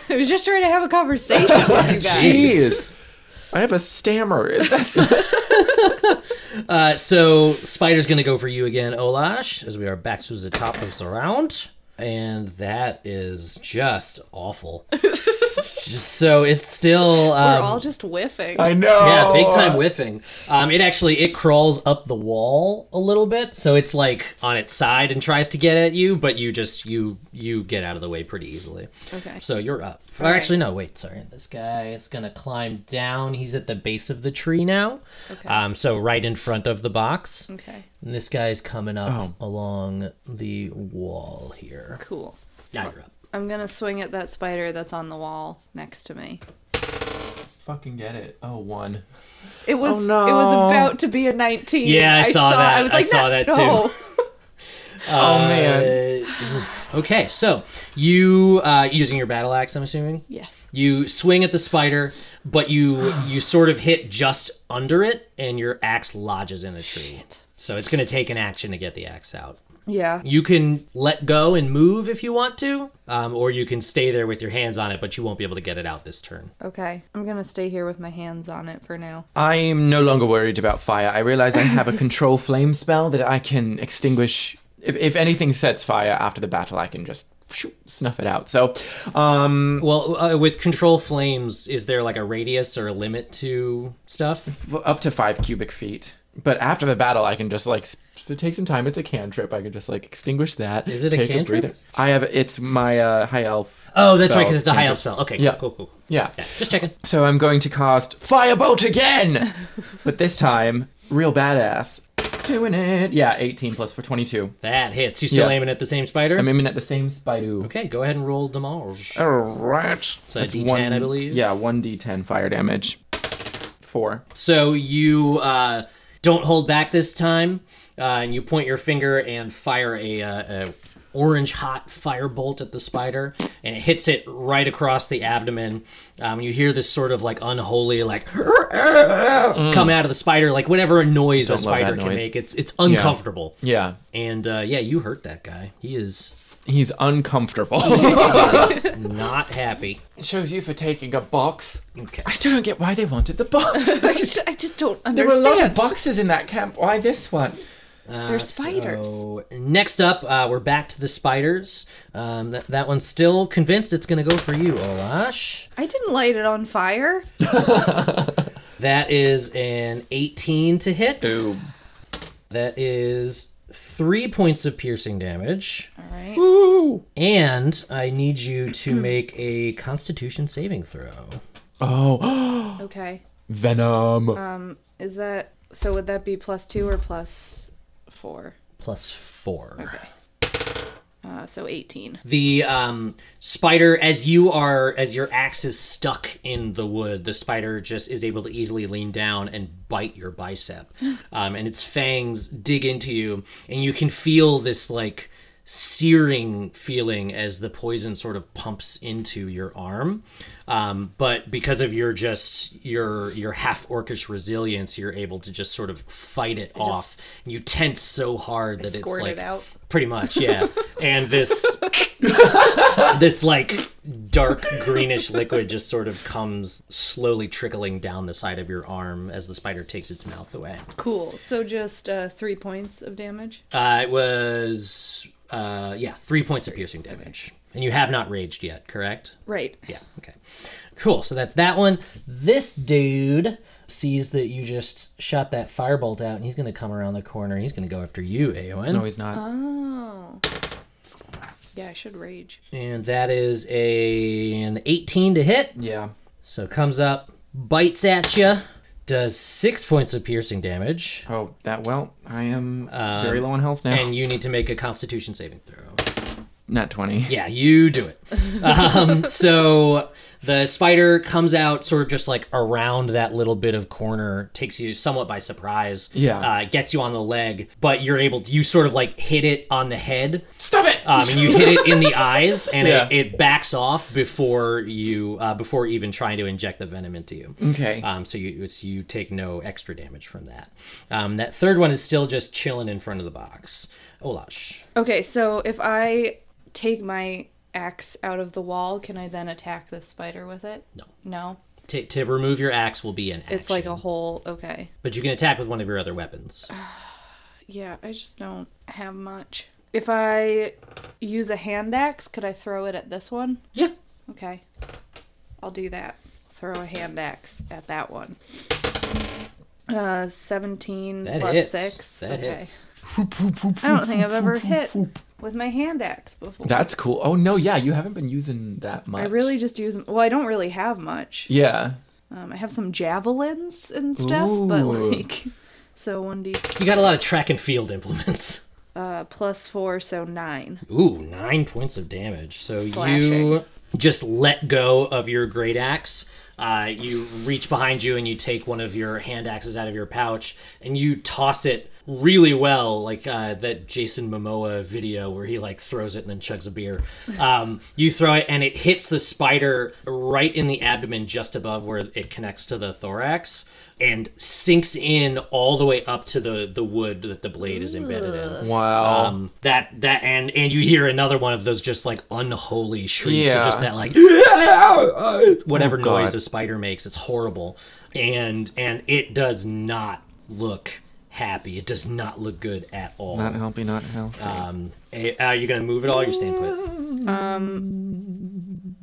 [SPEAKER 6] I was just trying to have a conversation with you guys.
[SPEAKER 3] Jeez. I have a stammer. That's
[SPEAKER 4] Uh, so spider's gonna go for you again, Olash, as we are back to the top of the round, and that is just awful. so it's still
[SPEAKER 6] We're
[SPEAKER 4] um,
[SPEAKER 6] all just whiffing.
[SPEAKER 3] I know.
[SPEAKER 4] yeah, big time whiffing. Um, it actually it crawls up the wall a little bit, so it's like on its side and tries to get at you, but you just you you get out of the way pretty easily.
[SPEAKER 6] Okay.
[SPEAKER 4] So you're up. Or actually, no, wait, sorry. This guy is gonna climb down. He's at the base of the tree now. Okay. Um, so right in front of the box.
[SPEAKER 6] Okay,
[SPEAKER 4] And this guy's coming up along the wall here.
[SPEAKER 6] cool.
[SPEAKER 4] Now you're up.
[SPEAKER 6] I'm gonna swing at that spider that's on the wall next to me.
[SPEAKER 3] Fucking get it. Oh, one.
[SPEAKER 6] It was
[SPEAKER 3] Oh, no.
[SPEAKER 6] it was about to be a 19.
[SPEAKER 4] Yeah, I saw that.
[SPEAKER 6] I was
[SPEAKER 4] I
[SPEAKER 6] like,
[SPEAKER 4] saw
[SPEAKER 6] no,
[SPEAKER 4] that too.
[SPEAKER 6] no.
[SPEAKER 3] oh man.
[SPEAKER 4] Uh, okay, so you uh, using your battle axe, I'm assuming.
[SPEAKER 6] Yes.
[SPEAKER 4] You swing at the spider, but you you sort of hit just under it, and your axe lodges in a tree. So it's going to take an action to get the axe out.
[SPEAKER 6] Yeah.
[SPEAKER 4] You can let go and move if you want to, um, or you can stay there with your hands on it, but you won't be able to get it out this turn.
[SPEAKER 6] Okay. I'm gonna stay here with my hands on it for now.
[SPEAKER 3] I'm no longer worried about fire. I realize I have a control flame spell that I can extinguish. If, if anything sets fire after the battle, I can just phew, snuff it out. So, um,
[SPEAKER 4] Well, uh, with control flames, is there like a radius or a limit to stuff?
[SPEAKER 3] f- up to five cubic feet. But after the battle, I can just like s- take some time. It's a cantrip. I can just like extinguish that.
[SPEAKER 4] Is it a
[SPEAKER 3] take
[SPEAKER 4] cantrip?
[SPEAKER 3] breather. I have. It's my uh, high elf.
[SPEAKER 4] Oh, that's right, 'cause right, because
[SPEAKER 3] spells
[SPEAKER 4] it's the high elf
[SPEAKER 3] cantrip.
[SPEAKER 4] spell. Okay,
[SPEAKER 3] Yeah.
[SPEAKER 4] cool, cool, cool.
[SPEAKER 3] Yeah.
[SPEAKER 4] Yeah, just checking.
[SPEAKER 3] So I'm going to cast Firebolt again, but this time real badass. Doing it. Yeah, 18 plus for 22.
[SPEAKER 4] That hits. You still
[SPEAKER 3] Yeah.
[SPEAKER 4] aiming at the same spider?
[SPEAKER 3] I'm aiming at the same spider.
[SPEAKER 4] okay, go ahead and roll them all.
[SPEAKER 3] All right.
[SPEAKER 4] So D10, I believe.
[SPEAKER 3] Yeah, one D10 fire damage. Four.
[SPEAKER 4] So you uh, don't hold back this time, uh, and you point your finger and fire a, uh, a orange hot firebolt at the spider, and it hits it right across the abdomen. Um, you hear this sort of like unholy like come out of the spider, like whatever noise a
[SPEAKER 3] Mm. Don't love that
[SPEAKER 4] spider can
[SPEAKER 3] noise.
[SPEAKER 4] make. It's it's uncomfortable.
[SPEAKER 3] Yeah,
[SPEAKER 4] And uh, yeah, you hurt that guy. He is
[SPEAKER 3] he's uncomfortable.
[SPEAKER 4] not happy.
[SPEAKER 3] it shows you for taking a box.
[SPEAKER 4] Okay.
[SPEAKER 3] I still don't get why they wanted the box.
[SPEAKER 6] I just, I just don't understand.
[SPEAKER 3] there were a lot of boxes in that camp. Why this one?
[SPEAKER 6] They're spiders.
[SPEAKER 4] So next up, uh, we're back to the spiders. Um, th- that one's still convinced it's going to go for you, Olash.
[SPEAKER 6] I didn't light it on fire.
[SPEAKER 4] That is an 18 to hit.
[SPEAKER 3] Ooh.
[SPEAKER 4] That is three points of piercing damage.
[SPEAKER 6] All right.
[SPEAKER 4] And I need you to make a constitution saving throw.
[SPEAKER 3] Oh,
[SPEAKER 6] Okay.
[SPEAKER 3] Venom.
[SPEAKER 6] Is that so? Would that be plus two or plus four?
[SPEAKER 4] Plus four.
[SPEAKER 6] Uh, so 18.
[SPEAKER 4] the um, spider as you are as your axe is stuck in the wood the spider just is able to easily lean down and bite your bicep um, and its fangs dig into you and you can feel this like searing feeling as the poison sort of pumps into your arm um, but because of your just your your half orcish resilience you're able to just sort of fight it off you tense so hard that it's
[SPEAKER 6] squirt
[SPEAKER 4] like
[SPEAKER 6] it out.
[SPEAKER 4] pretty much yeah and this this like dark greenish liquid just sort of comes slowly trickling down the side of your arm as the spider takes its mouth away
[SPEAKER 6] Cool. So just uh, three points of damage.
[SPEAKER 4] uh, it was uh, yeah three points of piercing damage and you have not raged yet correct
[SPEAKER 6] Right.
[SPEAKER 4] yeah okay cool so that's that one this dude sees that you just shot that firebolt out and he's gonna come around the corner and he's gonna go after you aon
[SPEAKER 3] no, he's not.
[SPEAKER 6] Oh. Yeah, I should rage.
[SPEAKER 4] and that is a an 18 to hit
[SPEAKER 3] yeah.
[SPEAKER 4] So it comes up, bites at you, does six points of piercing damage,
[SPEAKER 3] Oh, that well. I am very low on health now.
[SPEAKER 4] Um, and you need to make a Constitution saving throw.
[SPEAKER 3] Not 20.
[SPEAKER 4] Yeah, you do it. Um, so The spider comes out sort of just like around that little bit of corner, takes you somewhat by surprise.
[SPEAKER 3] Yeah.
[SPEAKER 4] Uh, gets you on the leg, but you're able to, you sort of like hit it on the head.
[SPEAKER 3] Stop it!
[SPEAKER 4] Um, and you hit it in the eyes, and
[SPEAKER 3] Yeah.
[SPEAKER 4] it, it backs off before you, uh, before even trying to inject the venom into you.
[SPEAKER 3] okay.
[SPEAKER 4] Um, so you it's, you take no extra damage from that. Um, that third one is still just chilling in front of the box. Olash.
[SPEAKER 6] Okay, so if I take my axe out of the wall, can I then attack the spider with it?
[SPEAKER 4] No.
[SPEAKER 6] No?
[SPEAKER 4] To, to remove your axe will be an action.
[SPEAKER 6] It's like a whole. Okay.
[SPEAKER 4] But you can attack with one of your other weapons.
[SPEAKER 6] Yeah, I just don't have much. If I use a hand axe, could I throw it at this one?
[SPEAKER 4] Yeah.
[SPEAKER 6] Okay. I'll do that. Throw a hand axe at that one. Uh, 17
[SPEAKER 4] That
[SPEAKER 6] plus
[SPEAKER 4] hits.
[SPEAKER 6] 6.
[SPEAKER 4] That
[SPEAKER 6] okay.
[SPEAKER 4] hits.
[SPEAKER 6] I don't think I've ever hit with my hand axe before.
[SPEAKER 3] That's cool. Oh no, yeah, you haven't been using that much.
[SPEAKER 6] I really just use. Well, I don't really have much.
[SPEAKER 3] Yeah.
[SPEAKER 6] Um, I have some javelins and stuff, but
[SPEAKER 3] Ooh.
[SPEAKER 6] like, so one d.
[SPEAKER 4] You got a lot of track and field implements.
[SPEAKER 6] uh, plus four, so nine.
[SPEAKER 4] Ooh, nine points of damage. So you
[SPEAKER 6] Slashing.
[SPEAKER 4] just let go of your great axe. Uh, you reach behind you and you take one of your hand axes out of your pouch and you toss it really well, like uh, that Jason Momoa video where he like throws it and then chugs a beer. Um, you throw it and it hits the spider right in the abdomen, just above where it connects to the thorax, and sinks in all the way up to the the wood that the blade is embedded in.
[SPEAKER 3] Wow.
[SPEAKER 4] Um, that that and and you hear another one of those just like unholy shrieks
[SPEAKER 3] Yeah.
[SPEAKER 4] of just that like whatever
[SPEAKER 3] Oh, God.
[SPEAKER 4] noise a spider makes. It's horrible, and and it does not look happy. It does not look good at all.
[SPEAKER 3] Not healthy, not healthy.
[SPEAKER 4] um, eh, are you gonna move at all? You're staying put.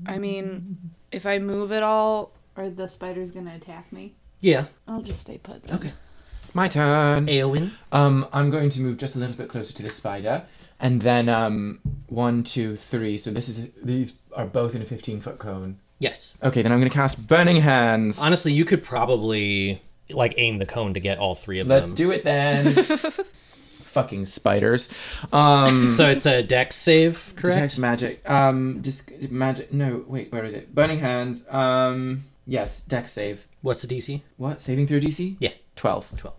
[SPEAKER 6] I mean, if I move at all, or the spider's gonna attack me,
[SPEAKER 4] Yeah,
[SPEAKER 6] I'll just stay put. Then. Okay.
[SPEAKER 3] My turn.
[SPEAKER 4] Aowen.
[SPEAKER 3] Um, I'm going to move just a little bit closer to the spider, and then um, one, two, three. So this is these are both in a 15 foot cone.
[SPEAKER 4] Yes.
[SPEAKER 3] Okay, then I'm going to cast Burning Hands.
[SPEAKER 4] Honestly, you could probably like aim the cone to get all three of
[SPEAKER 3] Let's
[SPEAKER 4] them.
[SPEAKER 3] do it then. Fucking spiders. Um,
[SPEAKER 4] so it's a dex save, correct?
[SPEAKER 3] Detect magic. Um, dis- magic. No, wait, where is it? Burning Hands. Um, yes, Dex save.
[SPEAKER 4] What's the DC?
[SPEAKER 3] What saving throw DC?
[SPEAKER 4] Yeah,
[SPEAKER 3] Twelve.
[SPEAKER 4] twelve.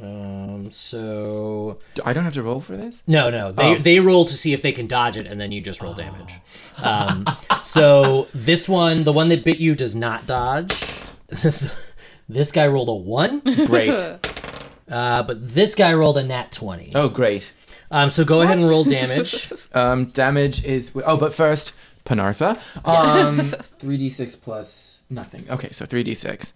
[SPEAKER 4] Um, so
[SPEAKER 3] Do- I don't have to roll for this.
[SPEAKER 4] No, no. They
[SPEAKER 3] Oh.
[SPEAKER 4] they roll to see if they can dodge it, and then you just roll damage. Um, so this one, the one that bit you, does not dodge. this guy rolled a one,
[SPEAKER 3] Great.
[SPEAKER 4] uh, but this guy rolled a nat twenty.
[SPEAKER 3] oh, great.
[SPEAKER 4] Um, so go ahead and roll damage.
[SPEAKER 3] Um, damage is. wi- oh, but first, Panartha. Um, three d six plus nothing. Okay, so three d six.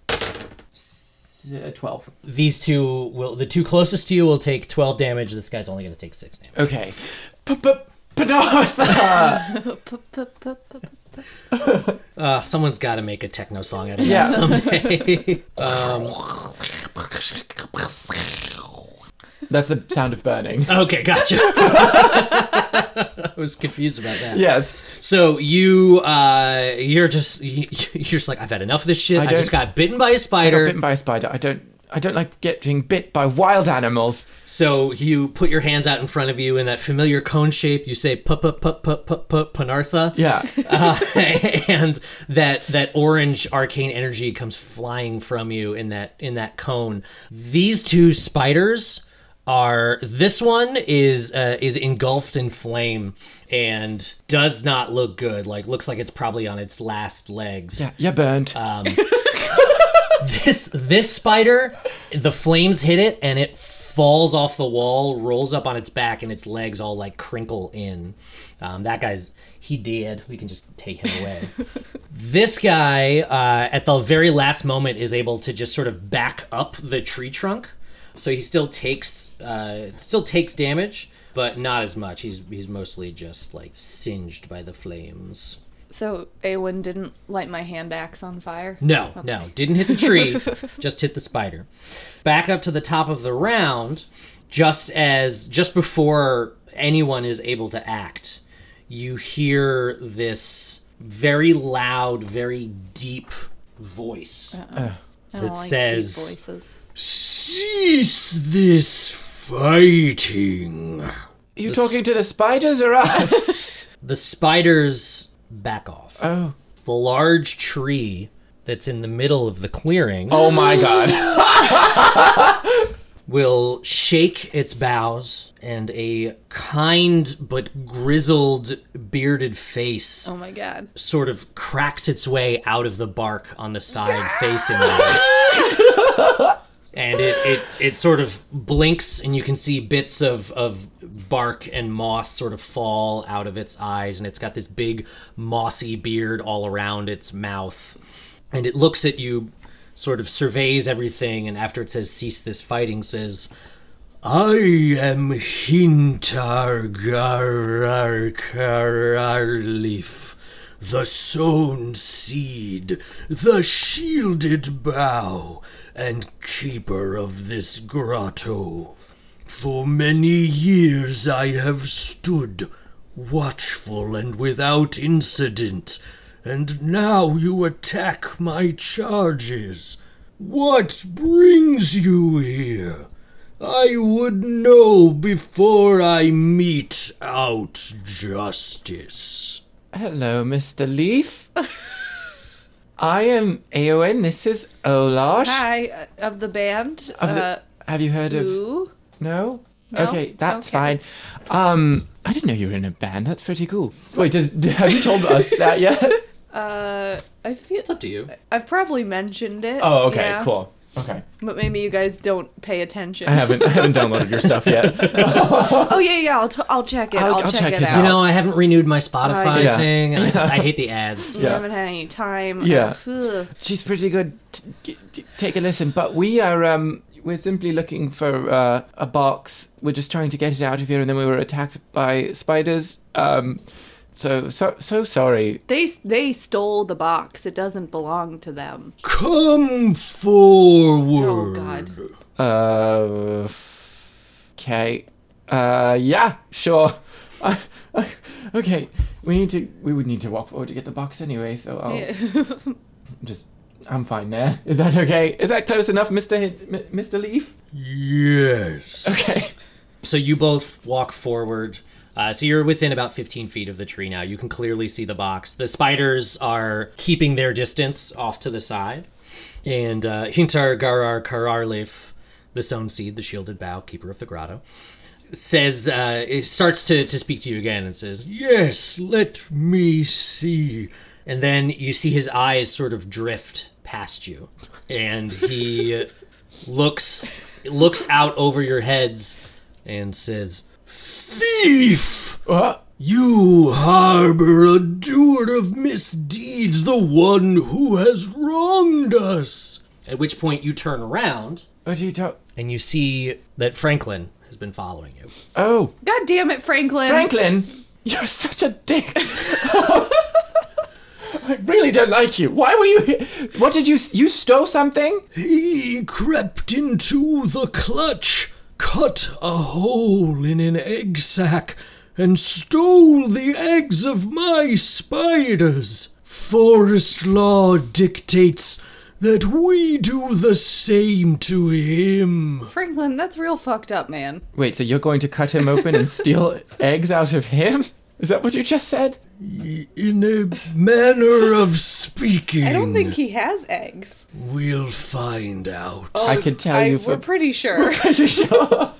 [SPEAKER 3] uh, Twelve.
[SPEAKER 4] These two will the two closest to you will take twelve damage. This guy's only going to take six damage.
[SPEAKER 3] Okay. Panartha.
[SPEAKER 4] Uh, someone's got to make a techno song out of
[SPEAKER 3] Yeah.
[SPEAKER 4] that someday.
[SPEAKER 3] That's the sound of burning.
[SPEAKER 4] okay, gotcha. I was confused about that.
[SPEAKER 3] Yes.
[SPEAKER 4] So you uh you're just you- you're just like I've had enough of this shit.
[SPEAKER 3] I
[SPEAKER 4] I,
[SPEAKER 3] don't-
[SPEAKER 4] just got bitten by a
[SPEAKER 3] I got
[SPEAKER 4] spider.
[SPEAKER 3] bitten by a spider. I don't. I don't like getting bit by wild animals.
[SPEAKER 4] so you put your hands out in front of you in that familiar cone shape. You say pup pup pup pup pup pup panartha.
[SPEAKER 3] Yeah.
[SPEAKER 4] Uh, and that that orange arcane energy comes flying from you in that in that cone. These two spiders are this one is uh, is engulfed in flame and does not look good. Like looks like it's probably on its last legs.
[SPEAKER 3] Yeah. Uh, You're burned.
[SPEAKER 4] this this spider the flames hit it and it falls off the wall rolls up on its back and its legs all like crinkle in um, that guy's he did we can just take him away this guy uh, at the very last moment is able to just sort of back up the tree trunk so he still takes uh, still takes damage but not as much he's he's mostly just like singed by the flames
[SPEAKER 6] So Awen didn't light my hand axe on fire.
[SPEAKER 4] no, no, didn't hit the tree, just hit the spider. Back up to the top of the round, just as just before anyone is able to act, you hear this very loud, very deep voice.
[SPEAKER 3] Uh-huh.
[SPEAKER 6] I don't
[SPEAKER 4] It
[SPEAKER 6] like
[SPEAKER 4] says-
[SPEAKER 6] these voices.
[SPEAKER 4] Cease this fighting.
[SPEAKER 3] you talking to the spiders or us?
[SPEAKER 4] The spiders back off.
[SPEAKER 3] oh.
[SPEAKER 4] the large tree that's in the middle of the clearing
[SPEAKER 3] Oh my god.
[SPEAKER 4] will shake its boughs, and a kind but grizzled, bearded face
[SPEAKER 6] Oh my god.
[SPEAKER 4] sort of cracks its way out of the bark on the side facing you. And it, it it sort of blinks, and you can see bits of, of bark and moss sort of fall out of its eyes, and it's got this big mossy beard all around its mouth. And it looks at you, sort of surveys everything, and after it says cease this fighting, says, I am Hintargararkararlif, the sown seed, the shielded bough, and keeper of this grotto. For many years I have stood, watchful and without incident, and now you attack my charges. What brings you here? I would know before I mete out justice.
[SPEAKER 3] Hello, Mr. Leaf. I am Eowyn. This is Olash.
[SPEAKER 6] Hi, uh, of the band.
[SPEAKER 3] Of the-
[SPEAKER 6] uh,
[SPEAKER 3] Have you heard of
[SPEAKER 6] ooh.
[SPEAKER 3] No?
[SPEAKER 6] No?
[SPEAKER 3] Okay, that's
[SPEAKER 6] Okay.
[SPEAKER 3] fine. Um I didn't know you were in a band. That's pretty cool. Wait, does have you told us that yet?
[SPEAKER 6] Uh, I feel
[SPEAKER 4] to you.
[SPEAKER 6] I've probably mentioned it.
[SPEAKER 3] Oh, okay,
[SPEAKER 6] yeah,
[SPEAKER 3] cool. Okay.
[SPEAKER 6] But maybe you guys don't pay attention.
[SPEAKER 3] I haven't I haven't downloaded your stuff yet.
[SPEAKER 6] oh yeah, yeah. I'll, t- I'll check it.
[SPEAKER 3] I'll-
[SPEAKER 6] I'll,
[SPEAKER 3] I'll
[SPEAKER 6] check,
[SPEAKER 3] check
[SPEAKER 6] it
[SPEAKER 3] it
[SPEAKER 6] out.
[SPEAKER 4] You know, I haven't renewed my Spotify
[SPEAKER 3] Yeah.
[SPEAKER 4] thing. I just I hate the ads.
[SPEAKER 6] We
[SPEAKER 3] Yeah.
[SPEAKER 6] haven't had any time.
[SPEAKER 3] Yeah.
[SPEAKER 6] Ugh.
[SPEAKER 3] She's pretty good. T- t- t- Take a listen. But we are um we're simply looking for uh, a box. We're just trying to get it out of here, and then we were attacked by spiders. Um, so so so sorry.
[SPEAKER 6] They they stole the box. It doesn't belong to them.
[SPEAKER 4] Come forward.
[SPEAKER 6] Oh God.
[SPEAKER 3] Uh, okay. Uh, yeah, sure. I, I, okay, we need to. We would need to walk forward to get the box anyway. So I'll just. I'm fine there. Is that okay? Is that close enough, Mister H- Mister Leaf?
[SPEAKER 4] Yes.
[SPEAKER 3] Okay.
[SPEAKER 4] So you both walk forward. Uh, so you're within about 15 feet of the tree now. You can clearly see the box. The spiders are keeping their distance off to the side. And uh, Hintar Garar Kararlif, the sown seed, the shielded bough, keeper of the grotto, says, uh, it starts to, to speak to you again and says, Yes, let me see. And then you see his eyes sort of drift past you. And he looks looks out over your heads and says, "Thief!
[SPEAKER 3] What?
[SPEAKER 4] You harbor a doer of misdeeds, the one who has wronged us." At which point you turn around
[SPEAKER 3] What do you talk?
[SPEAKER 4] and you see that Franklin has been following you.
[SPEAKER 3] Oh,
[SPEAKER 6] God damn it, Franklin.
[SPEAKER 3] Franklin, you're such a dick. I really don't like you. Why were you? Here? What did you? s- You stole something?
[SPEAKER 4] He crept into the clutch, cut a hole in an egg sack, and stole the eggs of my spiders. Forest law dictates that we do the same to him.
[SPEAKER 6] Franklin, that's real fucked up, man.
[SPEAKER 3] Wait, so you're going to cut him open and steal eggs out of him? Is that what you just said?
[SPEAKER 4] In a manner of speaking,
[SPEAKER 6] I don't
[SPEAKER 3] Mm.
[SPEAKER 6] think he has eggs.
[SPEAKER 4] we'll find out.
[SPEAKER 3] I could tell
[SPEAKER 6] Oh, I,
[SPEAKER 3] you for
[SPEAKER 6] we're pretty sure.
[SPEAKER 3] pretty sure.
[SPEAKER 6] Uh,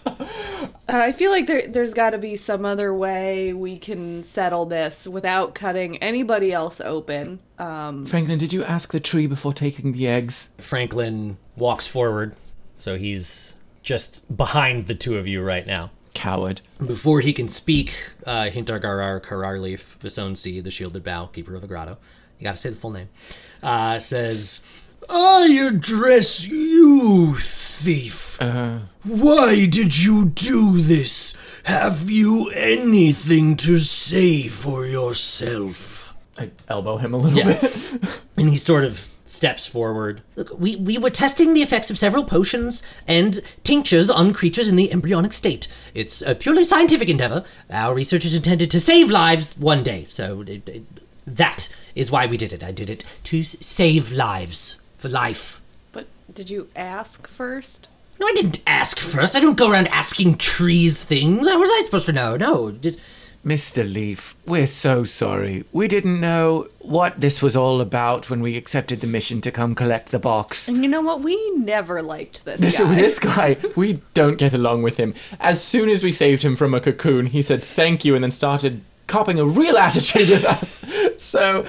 [SPEAKER 6] I feel like there, there's got to be some other way we can settle this without cutting anybody else open. Um,
[SPEAKER 3] Franklin, did you ask the tree before taking the eggs?
[SPEAKER 4] Franklin walks forward, so he's just behind the two of you right now.
[SPEAKER 3] Coward.
[SPEAKER 4] Before he can speak, uh, Hintargarar Kararleaf, the sown seed, the shielded bough, keeper of the grotto, you gotta say the full name, uh, says, I address you, thief. Why did you do this? Have you anything to say for yourself?
[SPEAKER 3] I elbow him a little bit.
[SPEAKER 4] and he sort of steps forward. Look, we, we were testing the effects of several potions and tinctures on creatures in the embryonic state. It's a purely scientific endeavor. Our research is intended to save lives one day, so it, it- that is why we did it. I did it to s- save lives for life.
[SPEAKER 6] but did you ask first?
[SPEAKER 4] No, I didn't ask first. I don't go around asking trees things. How was I supposed to know? No, just
[SPEAKER 3] Mr. Leaf, we're so sorry. We didn't know what this was all about when we accepted the mission to come collect the box.
[SPEAKER 6] And you know what? We never liked this,
[SPEAKER 3] This,
[SPEAKER 6] guy.
[SPEAKER 3] this guy, we don't get along with him. As soon as we saved him from a cocoon, he said thank you and then started copping a real attitude with us. So,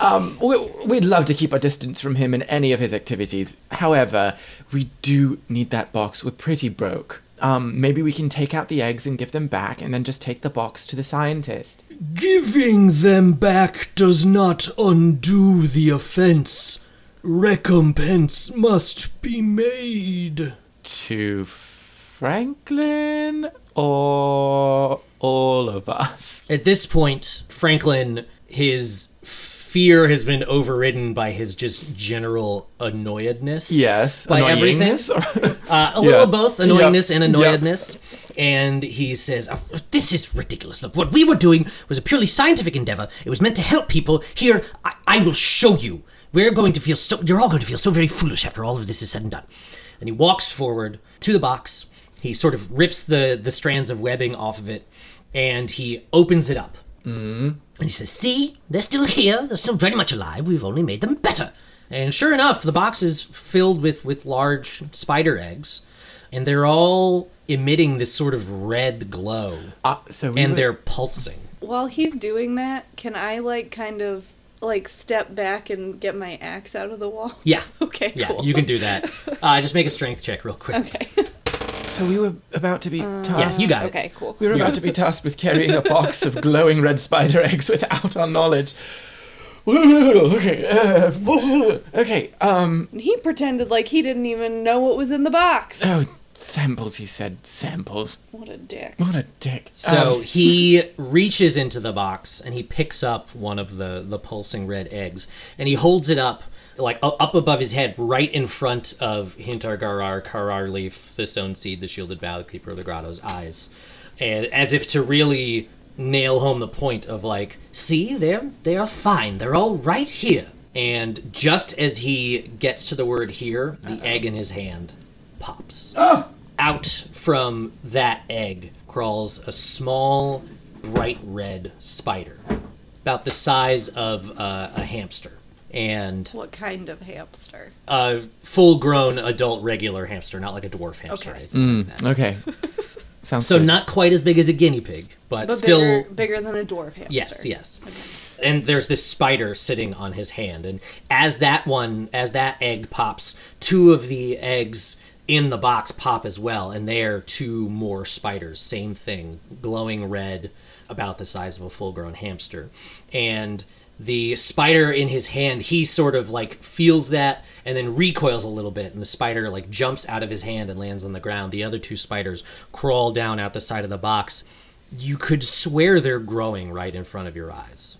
[SPEAKER 3] um, we, we'd love to keep our distance from him and any of his activities. However, we do need that box. We're pretty broke. Um, maybe we can take out the eggs and give them back and then just take the box to the scientist.
[SPEAKER 2] Giving them back does not undo the offense. Recompense must be made.
[SPEAKER 3] To Franklin or all of us?
[SPEAKER 4] At this point, Franklin, his fear has been overridden by his just general annoyedness.
[SPEAKER 3] Yes.
[SPEAKER 4] by everything.
[SPEAKER 3] annoyingness or-
[SPEAKER 4] Uh, a little
[SPEAKER 3] Yeah.
[SPEAKER 4] of both, annoyingness
[SPEAKER 3] Yep.
[SPEAKER 4] and annoyedness. And he says, "Oh, This is ridiculous. Look, what we were doing was a purely scientific endeavor. It was meant to help people. Here, I, I will show you. We're going to feel so, you're all going to feel so very foolish after all of this is said and done. And he walks forward to the box. He sort of rips the, the strands of webbing off of it and he opens it up. And he says, See, they're still here. They're still very much alive. We've only made them better. And sure enough, the box is filled with, with large spider eggs, and they're all emitting this sort of red glow,
[SPEAKER 3] Uh, so we
[SPEAKER 4] and
[SPEAKER 3] were-
[SPEAKER 4] they're pulsing.
[SPEAKER 6] While he's doing that, can I like kind of like step back and get my axe out of the wall?
[SPEAKER 4] Yeah.
[SPEAKER 6] Okay,
[SPEAKER 4] Yeah,
[SPEAKER 6] cool.
[SPEAKER 4] you can do that. Uh, just make a strength check real quick.
[SPEAKER 6] Okay.
[SPEAKER 3] So we were about to be
[SPEAKER 4] Yes,
[SPEAKER 3] tasked.
[SPEAKER 4] you got it.
[SPEAKER 6] okay, cool.
[SPEAKER 3] we were about to be tasked with carrying a box of glowing red spider eggs without our knowledge. okay. uh, okay. Um.
[SPEAKER 6] And he pretended like he didn't even know what was in the box.
[SPEAKER 3] Oh, samples. He said samples.
[SPEAKER 6] What a dick.
[SPEAKER 3] What a dick.
[SPEAKER 4] So
[SPEAKER 3] Um,
[SPEAKER 4] he reaches into the box and he picks up one of the the pulsing red eggs and he holds it up like u- up above his head, right in front of Hintar Garar, Karar Leaf, the Sown Seed, the Shielded Bough, the Keeper of the Grotto's eyes, and as if to really nail home the point of like, see, they're they are fine, they're all right here. And just as he gets to the word here, the egg in his hand pops out from that egg crawls a small, bright red spider, about the size of uh, a hamster, and
[SPEAKER 6] What kind of hamster?
[SPEAKER 4] a full-grown adult regular hamster, not like a dwarf hamster. or
[SPEAKER 6] Okay.
[SPEAKER 4] anything like that.
[SPEAKER 3] okay. Sounds
[SPEAKER 4] So
[SPEAKER 3] good.
[SPEAKER 4] not quite as big as a guinea pig, but,
[SPEAKER 6] But
[SPEAKER 4] still
[SPEAKER 6] bigger, bigger than a dwarf hamster.
[SPEAKER 4] Yes, yes. And there's this spider sitting on his hand, and as that one, as that egg pops, two of the eggs in the box pop as well, and they are two more spiders. Same thing, glowing red, about the size of a full-grown hamster, and the spider in his hand he sort of like feels that and then recoils a little bit and the spider like jumps out of his hand and lands on the ground the other two spiders crawl down out the side of the box you could swear they're growing right in front of your eyes.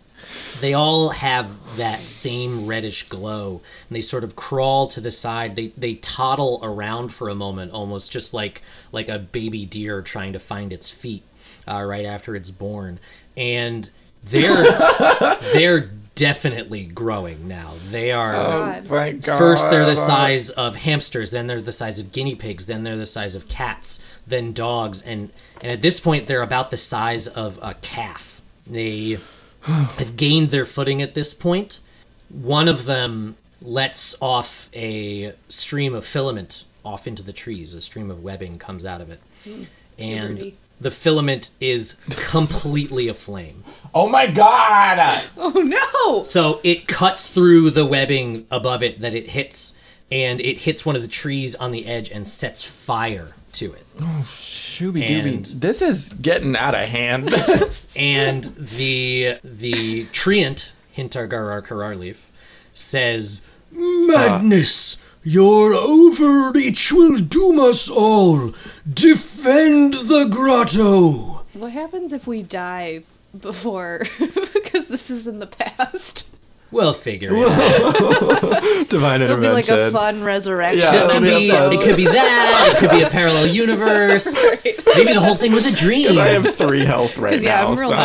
[SPEAKER 4] They all have that same reddish glow, and they sort of crawl to the side. They they toddle around for a moment, almost just like like a baby deer trying to find its feet uh, right after it's born. And they're they're definitely growing now. They are
[SPEAKER 6] God.
[SPEAKER 3] My God.
[SPEAKER 4] First, they're the size of hamsters. Then they're the size of guinea pigs. Then they're the size of cats. Then dogs, and and at this point, they're about the size of a calf. They have gained their footing at this point. One of them lets off a stream of filament off into the trees. A stream of webbing comes out of it,
[SPEAKER 3] Hmm.
[SPEAKER 4] and
[SPEAKER 6] puberty.
[SPEAKER 4] the filament is completely aflame.
[SPEAKER 3] Oh my God.
[SPEAKER 6] Oh no!
[SPEAKER 4] So it cuts through the webbing above it that it hits, and it hits one of the trees on the edge and sets fire to it.
[SPEAKER 3] Shooby
[SPEAKER 4] And-
[SPEAKER 3] dooby. This is getting out of hand.
[SPEAKER 4] And the the treant Hintargarar Kararleaf says,
[SPEAKER 2] Madness! Your overreach will doom us all! Defend the grotto!
[SPEAKER 6] What happens if we die before? Because this is in the past.
[SPEAKER 4] "We'll figure it out."
[SPEAKER 3] Divine
[SPEAKER 6] It'll be like
[SPEAKER 3] intervention.
[SPEAKER 6] a fun resurrection.
[SPEAKER 3] Yeah,
[SPEAKER 4] This
[SPEAKER 3] That'll
[SPEAKER 4] could
[SPEAKER 3] be
[SPEAKER 4] be
[SPEAKER 3] episode.
[SPEAKER 4] it. Could be that. It could be a parallel universe. Maybe the whole thing was a dream.
[SPEAKER 3] I have three health right
[SPEAKER 6] yeah,
[SPEAKER 3] now.
[SPEAKER 6] I'm real
[SPEAKER 3] so-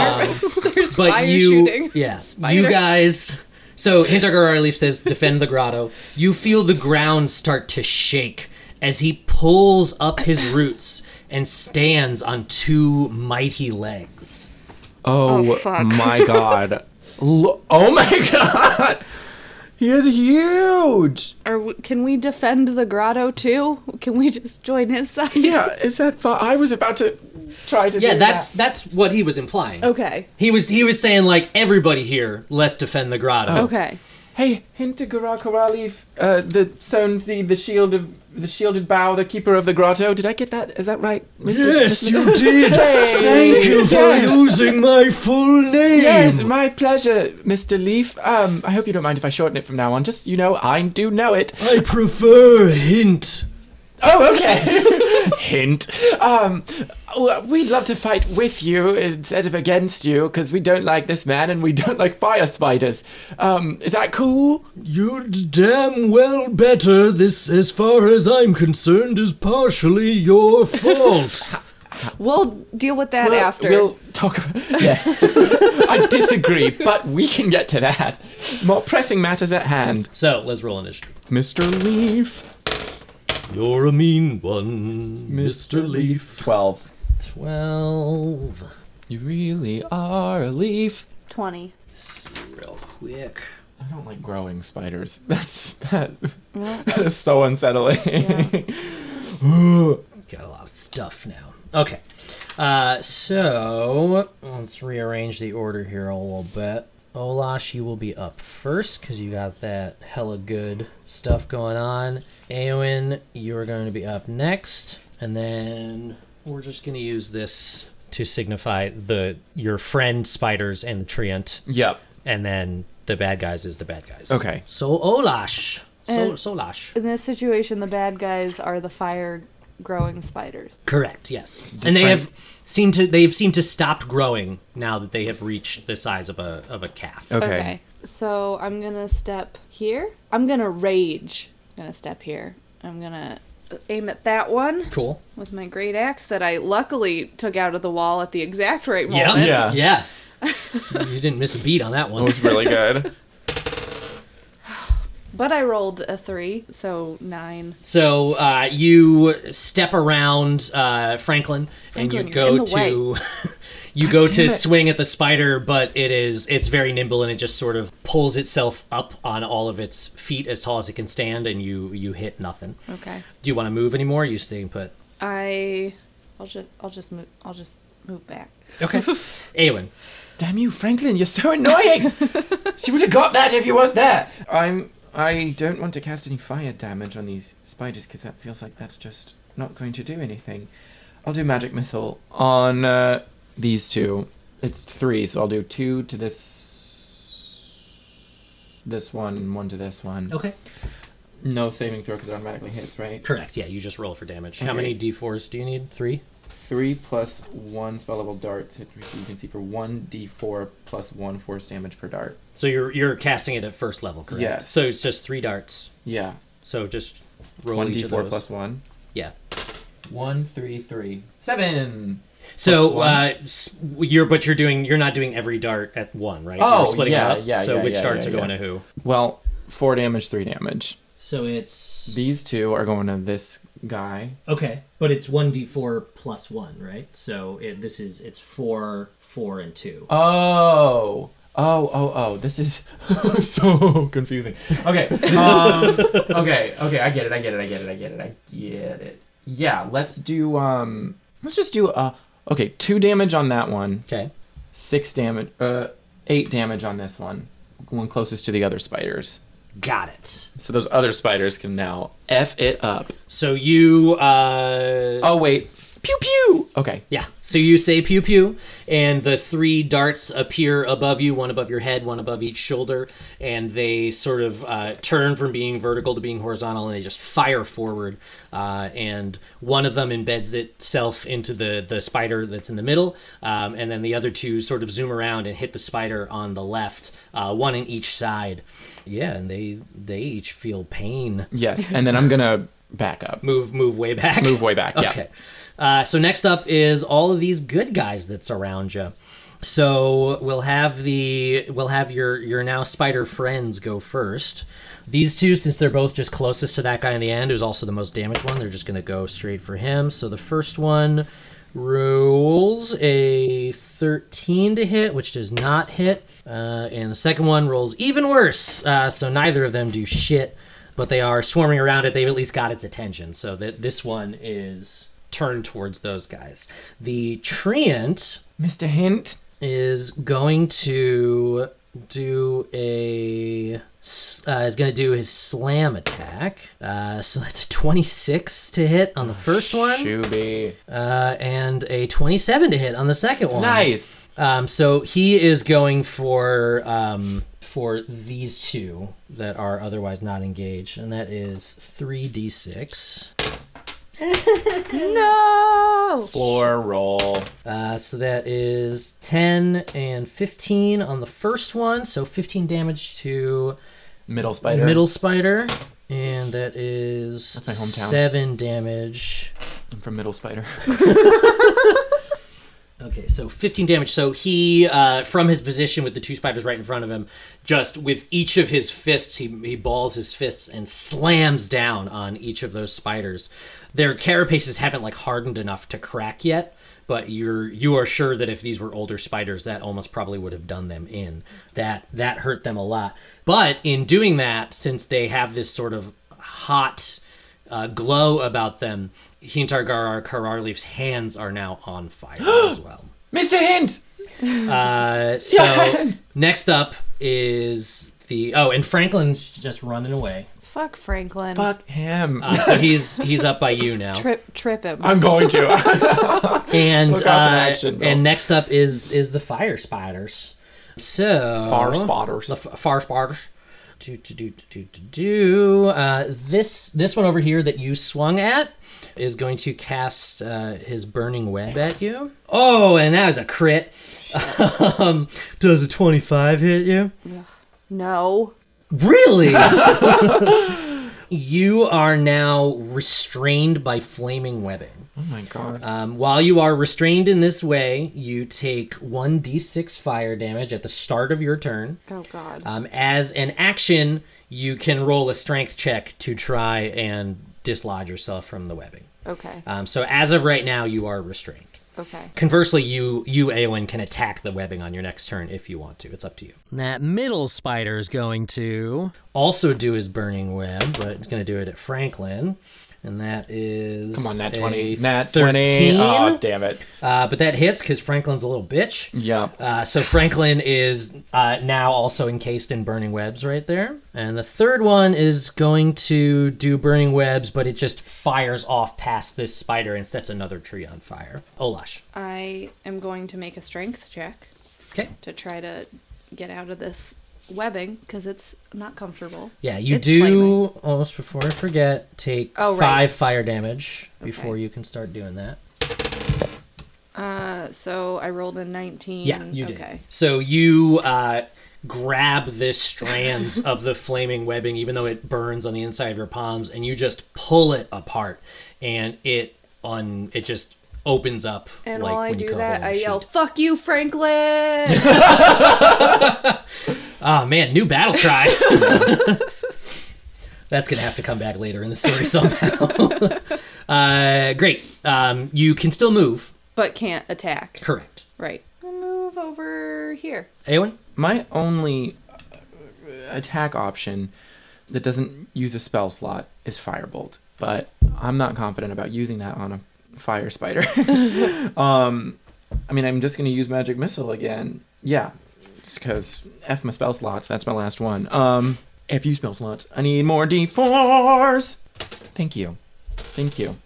[SPEAKER 6] nervous. There's
[SPEAKER 4] but
[SPEAKER 6] fire
[SPEAKER 4] you,
[SPEAKER 6] shooting.
[SPEAKER 4] yes, you guys. So Hintergar Leaf says, "Defend the grotto." You feel the ground start to shake as he pulls up his roots and stands on two mighty legs.
[SPEAKER 3] Oh,
[SPEAKER 6] Oh, fuck.
[SPEAKER 3] my god. Lo- oh my god. He is huge.
[SPEAKER 6] Are we, can we defend the grotto too? Can we just join his side?
[SPEAKER 3] Yeah, is that fun? I was about to try to.
[SPEAKER 4] Yeah,
[SPEAKER 3] do
[SPEAKER 4] that's
[SPEAKER 3] that.
[SPEAKER 4] that's what he was implying.
[SPEAKER 6] Okay.
[SPEAKER 4] He was he was saying like everybody here, let's defend the
[SPEAKER 3] Oh.
[SPEAKER 4] grotto.
[SPEAKER 6] Okay.
[SPEAKER 3] Hey, Hintagura Koralif, uh, the sown seed, the shield of the shielded bough, the keeper of the grotto. Did I get that? Is that right, Mister?
[SPEAKER 2] Yes, you did. Thank you for
[SPEAKER 3] Yeah.
[SPEAKER 2] using my full name.
[SPEAKER 3] Yes, my pleasure, Mr. Leaf. Um, I hope you don't mind if I shorten it from now on. Just, you know, I do know it.
[SPEAKER 2] I prefer hint.
[SPEAKER 3] Oh, okay. Hint. Um, w- we'd love to fight with you instead of against you because we don't like this man and we don't like fire spiders. Um, is that cool?
[SPEAKER 2] You'd damn well better. This, as far as I'm concerned, is partially your fault.
[SPEAKER 6] We'll deal with that
[SPEAKER 3] We'll-
[SPEAKER 6] after.
[SPEAKER 3] We'll talk about. Yes. I disagree, but we can get to that. More pressing matters at hand.
[SPEAKER 4] So let's roll initiative.
[SPEAKER 3] Mr. Leaf.
[SPEAKER 2] You're a mean one,
[SPEAKER 3] Mr. Leaf. 12.
[SPEAKER 4] Twelve.
[SPEAKER 3] You really are a leaf.
[SPEAKER 6] 20.
[SPEAKER 4] Real quick.
[SPEAKER 3] I don't like growing spiders. That's that. that is so unsettling.
[SPEAKER 4] Got a lot of stuff now. Okay. Uh, so let's rearrange the order here a little bit. Olash, you will be up first because you got that hella good stuff going on. Eowyn, you're going to be up next, and then we're just going to use this to signify the your friend spiders and the treant,
[SPEAKER 3] yep.
[SPEAKER 4] and then the bad guys is the bad guys.
[SPEAKER 3] Okay.
[SPEAKER 4] So Olash, so
[SPEAKER 6] And-
[SPEAKER 4] Solash.
[SPEAKER 6] In this situation, the bad guys are the fire growing spiders.
[SPEAKER 4] Correct. Yes, and they have seemed to they've seemed to stopped growing now that they have reached the size of a of a calf.
[SPEAKER 3] Okay.
[SPEAKER 6] So I'm going to step here. I'm going to rage. I'm going to step here. I'm going to aim at that one
[SPEAKER 4] Cool.
[SPEAKER 6] with my great axe that I luckily took out of the wall at the exact right
[SPEAKER 4] Yeah.
[SPEAKER 6] moment.
[SPEAKER 4] Yeah.
[SPEAKER 3] Yeah.
[SPEAKER 4] Yeah. you didn't miss a beat on that one.
[SPEAKER 3] really good.
[SPEAKER 6] But I rolled a 3, so 9.
[SPEAKER 4] So uh, you step around uh, Franklin,
[SPEAKER 6] Franklin,
[SPEAKER 4] and you
[SPEAKER 6] you're in
[SPEAKER 4] go
[SPEAKER 6] the
[SPEAKER 4] to you go to swing at the spider, but it is it's very nimble and it just sort of pulls itself up on all of its feet as tall as it can stand, and you you hit nothing.
[SPEAKER 6] Okay.
[SPEAKER 4] Do you want to move anymore? Or you staying put?
[SPEAKER 6] I I'll just I'll just move I'll just move back.
[SPEAKER 4] Okay. Aelin.
[SPEAKER 3] Damn you, Franklin! You're so annoying. she would have got that if you weren't there. I'm. I don't want to cast any fire damage on these spiders because that feels like that's just not going to do anything. I'll do magic missile on uh, these two. It's three, so I'll do two to this, this one, and one to this one.
[SPEAKER 4] Okay.
[SPEAKER 3] No saving throw because it automatically hits, right?
[SPEAKER 4] Correct. Yeah, you just roll for damage. How
[SPEAKER 3] Okay.
[SPEAKER 4] many d4s do you need? Three.
[SPEAKER 3] Three plus one spellable darts hit you can see for one d4 plus one force damage per dart.
[SPEAKER 4] So you're you're casting it at first level, correct?
[SPEAKER 3] Yes.
[SPEAKER 4] So it's just three darts.
[SPEAKER 3] Yeah,
[SPEAKER 4] So just roll
[SPEAKER 3] one
[SPEAKER 4] each of
[SPEAKER 3] d4
[SPEAKER 4] those.
[SPEAKER 3] plus one.
[SPEAKER 4] Yeah.
[SPEAKER 3] One three three seven.
[SPEAKER 4] So
[SPEAKER 3] one.
[SPEAKER 4] uh, s- you're but you're doing you're not doing every dart at one, right?
[SPEAKER 3] Oh,
[SPEAKER 4] You're splitting
[SPEAKER 3] yeah,
[SPEAKER 4] it up.
[SPEAKER 3] yeah,
[SPEAKER 4] So
[SPEAKER 3] yeah,
[SPEAKER 4] which
[SPEAKER 3] yeah,
[SPEAKER 4] darts
[SPEAKER 3] yeah,
[SPEAKER 4] are going
[SPEAKER 3] yeah.
[SPEAKER 4] to who?
[SPEAKER 3] Well, four damage, three damage.
[SPEAKER 4] So it's
[SPEAKER 3] These two are going to this guy.
[SPEAKER 4] okay, but it's one d4 plus one, right? So it, this is it's four, four, and two.
[SPEAKER 3] Oh. Oh, oh, oh, this is so confusing. Okay. Um, okay, okay, I get it, I get it, I get it, I get it, I get it. Yeah, let's do um let's just do uh okay, two damage on that one,
[SPEAKER 4] Okay.
[SPEAKER 3] six damage uh eight damage on this one. One closest to the other spiders.
[SPEAKER 4] Got it.
[SPEAKER 3] So those other spiders can now F it up.
[SPEAKER 4] So you uh
[SPEAKER 3] Oh wait. Pew pew. Okay.
[SPEAKER 4] Yeah. So you say pew pew, and the three darts appear above you, one above your head, one above each shoulder, and they sort of uh, turn from being vertical to being horizontal, and they just fire forward. Uh, and one of them embeds itself into the, the spider that's in the middle, um, and then the other two sort of zoom around and hit the spider on the left, uh, one in each side. Yeah, and they they each feel pain.
[SPEAKER 3] Yes, and then I'm gonna back up.
[SPEAKER 4] Move move way back.
[SPEAKER 3] Move way back. Yeah.
[SPEAKER 4] Okay. Uh, so next up is all of these good guys that surround you. So we'll have the we'll have your your now spider friends go first. These two, since they're both just closest to that guy in the end, who's also the most damaged one, they're just gonna go straight for him. So the first one rolls a 13 to hit, which does not hit. Uh, and the second one rolls even worse. Uh, so neither of them do shit, but they are swarming around it. They've at least got its attention. So that this one is turned towards those guys. The Treant
[SPEAKER 3] Mr. Hint.
[SPEAKER 4] is going to do a s- uh, is going to do his slam attack. Uh, so that's 26 to hit on the first one,
[SPEAKER 3] Shooby.
[SPEAKER 4] uh, and a 27 to hit on the second one.
[SPEAKER 3] Nice.
[SPEAKER 4] Um, so he is going for um, for these two that are otherwise not engaged, and that is 3d6.
[SPEAKER 6] No!
[SPEAKER 3] Floor roll.
[SPEAKER 4] Uh, so that is 10 and 15 on the first one. So 15 damage to
[SPEAKER 3] Middle spider.
[SPEAKER 4] middle spider. And that is
[SPEAKER 3] my hometown.
[SPEAKER 4] seven damage.
[SPEAKER 3] I'm from middle spider.
[SPEAKER 4] Okay, so 15 damage. So he, uh, from his position with the two spiders right in front of him, just with each of his fists, he, he balls his fists and slams down on each of those spiders. Their carapaces haven't like hardened enough to crack yet, but you're you are sure that if these were older spiders, that almost probably would have done them in. That that hurt them a lot. But in doing that, since they have this sort of hot uh, glow about them, Hintargar Kararleaf's hands are now on fire as well.
[SPEAKER 3] Mr. Hint.
[SPEAKER 4] Uh, so next up is the oh, and Franklin's just running away.
[SPEAKER 6] Fuck Franklin.
[SPEAKER 3] Fuck him.
[SPEAKER 4] Uh, so he's he's up by you now.
[SPEAKER 6] Trip, trip him.
[SPEAKER 3] I'm going to.
[SPEAKER 4] And
[SPEAKER 3] Look out, it's an
[SPEAKER 4] uh,
[SPEAKER 3] action, though.
[SPEAKER 4] and next up is is the fire spiders. So
[SPEAKER 3] Far spotters.
[SPEAKER 4] The f- fire spiders. Do do do do do do. Uh, this this one over here that you swung at is going to cast uh, his burning web at you. Oh, and that was a crit. um, does a twenty five hit you?
[SPEAKER 6] No.
[SPEAKER 4] Really? you are now restrained by flaming webbing.
[SPEAKER 3] Oh my god.
[SPEAKER 4] Um, while you are restrained in this way, you take 1d6 fire damage at the start of your turn.
[SPEAKER 6] Oh, God.
[SPEAKER 4] Um, as an action, you can roll a strength check to try and dislodge yourself from the webbing.
[SPEAKER 6] Okay.
[SPEAKER 4] Um, so as of right now, you are restrained.
[SPEAKER 6] Okay.
[SPEAKER 4] Conversely, you you Aowen can attack the webbing on your next turn if you want to. It's up to you. That middle spider is going to also do his burning web, but it's going to do it at Franklin, and that is
[SPEAKER 3] Come on, Nat
[SPEAKER 4] a
[SPEAKER 3] 20. Nat 20.
[SPEAKER 4] 13.
[SPEAKER 3] Oh, damn it.
[SPEAKER 4] Uh, but that hits because Franklin's a little bitch.
[SPEAKER 3] Yeah.
[SPEAKER 4] Uh, so Franklin is uh, now also encased in burning webs right there. And the third one is going to do burning webs, but it just fires off past this spider and sets another tree on fire. Olash.
[SPEAKER 6] I am going to make a strength check
[SPEAKER 4] Okay.
[SPEAKER 6] to try to get out of this webbing because it's not comfortable.
[SPEAKER 4] Yeah, you
[SPEAKER 6] It's
[SPEAKER 4] do
[SPEAKER 6] flaming.
[SPEAKER 4] almost before I forget. Take
[SPEAKER 6] Oh, right.
[SPEAKER 4] five fire damage before you can start doing that.
[SPEAKER 6] Uh, so I rolled a 19.
[SPEAKER 4] Yeah, you did.
[SPEAKER 6] Mm, okay.
[SPEAKER 4] So you uh, grab this strands of the flaming webbing, even though it burns on the inside of your palms, and you just pull it apart, and it on it just opens up.
[SPEAKER 6] And
[SPEAKER 4] like
[SPEAKER 6] while I
[SPEAKER 4] when you
[SPEAKER 6] do
[SPEAKER 4] cover
[SPEAKER 6] that,
[SPEAKER 4] a
[SPEAKER 6] I
[SPEAKER 4] sheet.
[SPEAKER 6] yell, fuck you, Franklin!
[SPEAKER 4] "Oh man, new battle cry!" That's gonna have to come back later in the story somehow. uh, great. Um, you can still move.
[SPEAKER 6] but can't attack.
[SPEAKER 4] Correct.
[SPEAKER 6] Right. I'll move over here.
[SPEAKER 4] Aowen?
[SPEAKER 3] My only uh, attack option that doesn't use a spell slot is Firebolt, but I'm not confident about using that on a fire spider. um, I mean, I'm just going to use Magic Missile again. Yeah, because F my spell slots. That's my last one. Um, F you spell slots. I need more D4s. Thank you. Thank you.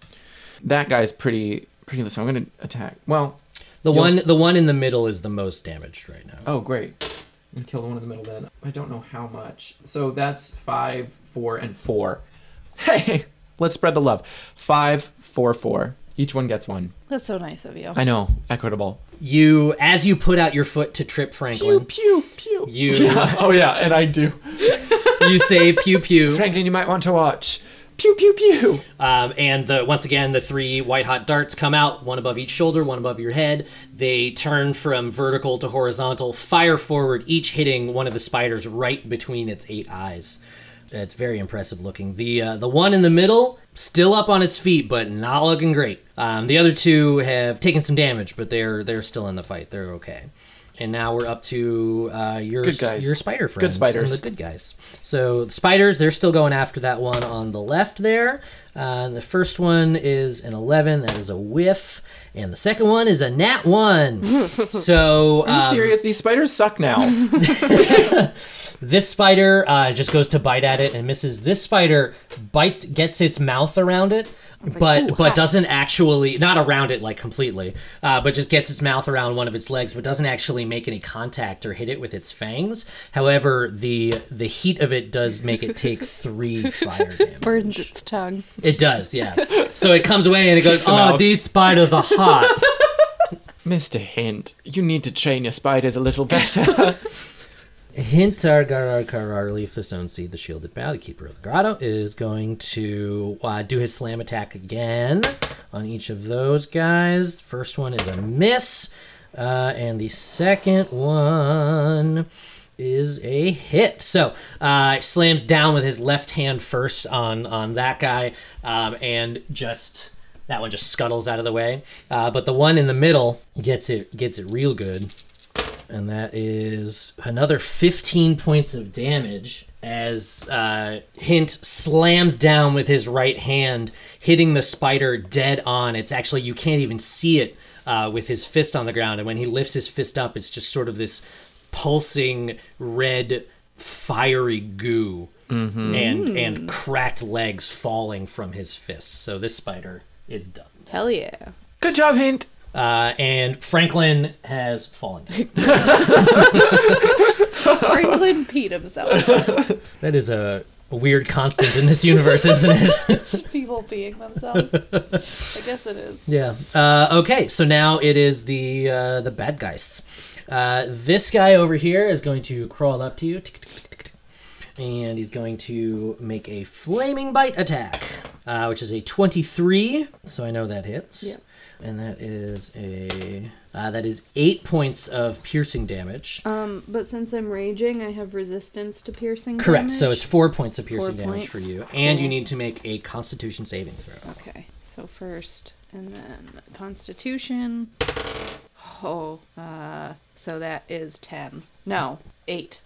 [SPEAKER 3] That guy's pretty, pretty low, so I'm going to attack. Well,
[SPEAKER 4] The
[SPEAKER 3] You'll
[SPEAKER 4] one,
[SPEAKER 3] s-
[SPEAKER 4] the one in the middle is the most damaged right now.
[SPEAKER 3] Oh, great. I'm going to kill the one in the middle then. I don't know how much. So that's five, four, and four. Hey, let's spread the love. Five, four, four. Each one gets one.
[SPEAKER 6] That's so nice of you.
[SPEAKER 3] I know. Equitable.
[SPEAKER 4] You, as you put out your foot to trip Franklin,
[SPEAKER 3] pew, pew.
[SPEAKER 4] You-
[SPEAKER 3] Yeah. Oh, yeah, and I do.
[SPEAKER 4] you say "pew pew,"
[SPEAKER 3] Franklin, you might want to watch. Pew, pew, pew.
[SPEAKER 4] Um, and the, once again, the three white hot darts come out, one above each shoulder, one above your head. They turn from vertical to horizontal, fire forward, each hitting one of the spiders right between its eight eyes. That's very impressive looking. The uh, the one in the middle still up on its feet, but not looking great. Um, the other two have taken some damage, but they're they're still in the fight. They're okay. And now we're up to uh, your
[SPEAKER 3] Good guys.
[SPEAKER 4] your spider friends,
[SPEAKER 3] spiders.
[SPEAKER 4] and the good guys. So the spiders, they're still going after that one on the left there. Uh, the first one is an eleven, that is a whiff, and the second one is a nat one. so
[SPEAKER 3] Are you
[SPEAKER 4] um,
[SPEAKER 3] serious? These spiders suck now.
[SPEAKER 4] this spider uh, just goes to bite at it and misses. This spider bites, gets its mouth around it, but but doesn't actually not around it like completely, uh, but just gets its mouth around one of its legs, but doesn't actually make any contact or hit it with its fangs. However, the the heat of it does make it take three fire damage.
[SPEAKER 6] Burns its tongue.
[SPEAKER 4] It does, yeah. So it comes away and it goes,
[SPEAKER 3] a
[SPEAKER 4] "Oh,
[SPEAKER 3] mouth."
[SPEAKER 4] these spiders are hot."
[SPEAKER 3] Mr. Hint, you need to train your spiders a little better.
[SPEAKER 4] Hint our Garar Karar Leaf, the Stone Seed, the Shielded Bow, the Keeper of the Grotto is going to uh, do his slam attack again on each of those guys. First one is a miss, uh, and the second one is a hit. So uh, slams down with his left hand first on on that guy, um, and just that one just scuttles out of the way. Uh, but the one in the middle gets it gets it real good and that is another 15 points of damage as uh, Hint slams down with his right hand, hitting the spider dead on. It's actually, you can't even see it uh, with his fist on the ground. And when he lifts his fist up, it's just sort of this pulsing red fiery goo and and cracked legs falling from his fist. So this spider is done.
[SPEAKER 6] Hell yeah.
[SPEAKER 3] Good job, Hint.
[SPEAKER 4] Uh, and Franklin has fallen.
[SPEAKER 6] Franklin peed himself.
[SPEAKER 4] That is a weird constant in this universe, isn't it?
[SPEAKER 6] People peeing themselves. I guess it is.
[SPEAKER 4] yeah. Uh, okay, so now it is the uh, the bad guys. Uh, this guy over here is going to crawl up to you, and he's going to make a flaming bite attack, uh, which is a twenty-three. So I know that hits.
[SPEAKER 6] Yep.
[SPEAKER 4] And that is a uh, that is eight points of piercing damage.
[SPEAKER 6] Um, but since I'm raging, I have resistance to piercing.
[SPEAKER 4] Correct. So
[SPEAKER 6] damage.
[SPEAKER 4] it's four points of piercing damage
[SPEAKER 6] points.
[SPEAKER 4] for you, and you need to make a Constitution saving throw.
[SPEAKER 6] Okay, so first, and then Constitution. Oh, uh, so that is 10. No, 8.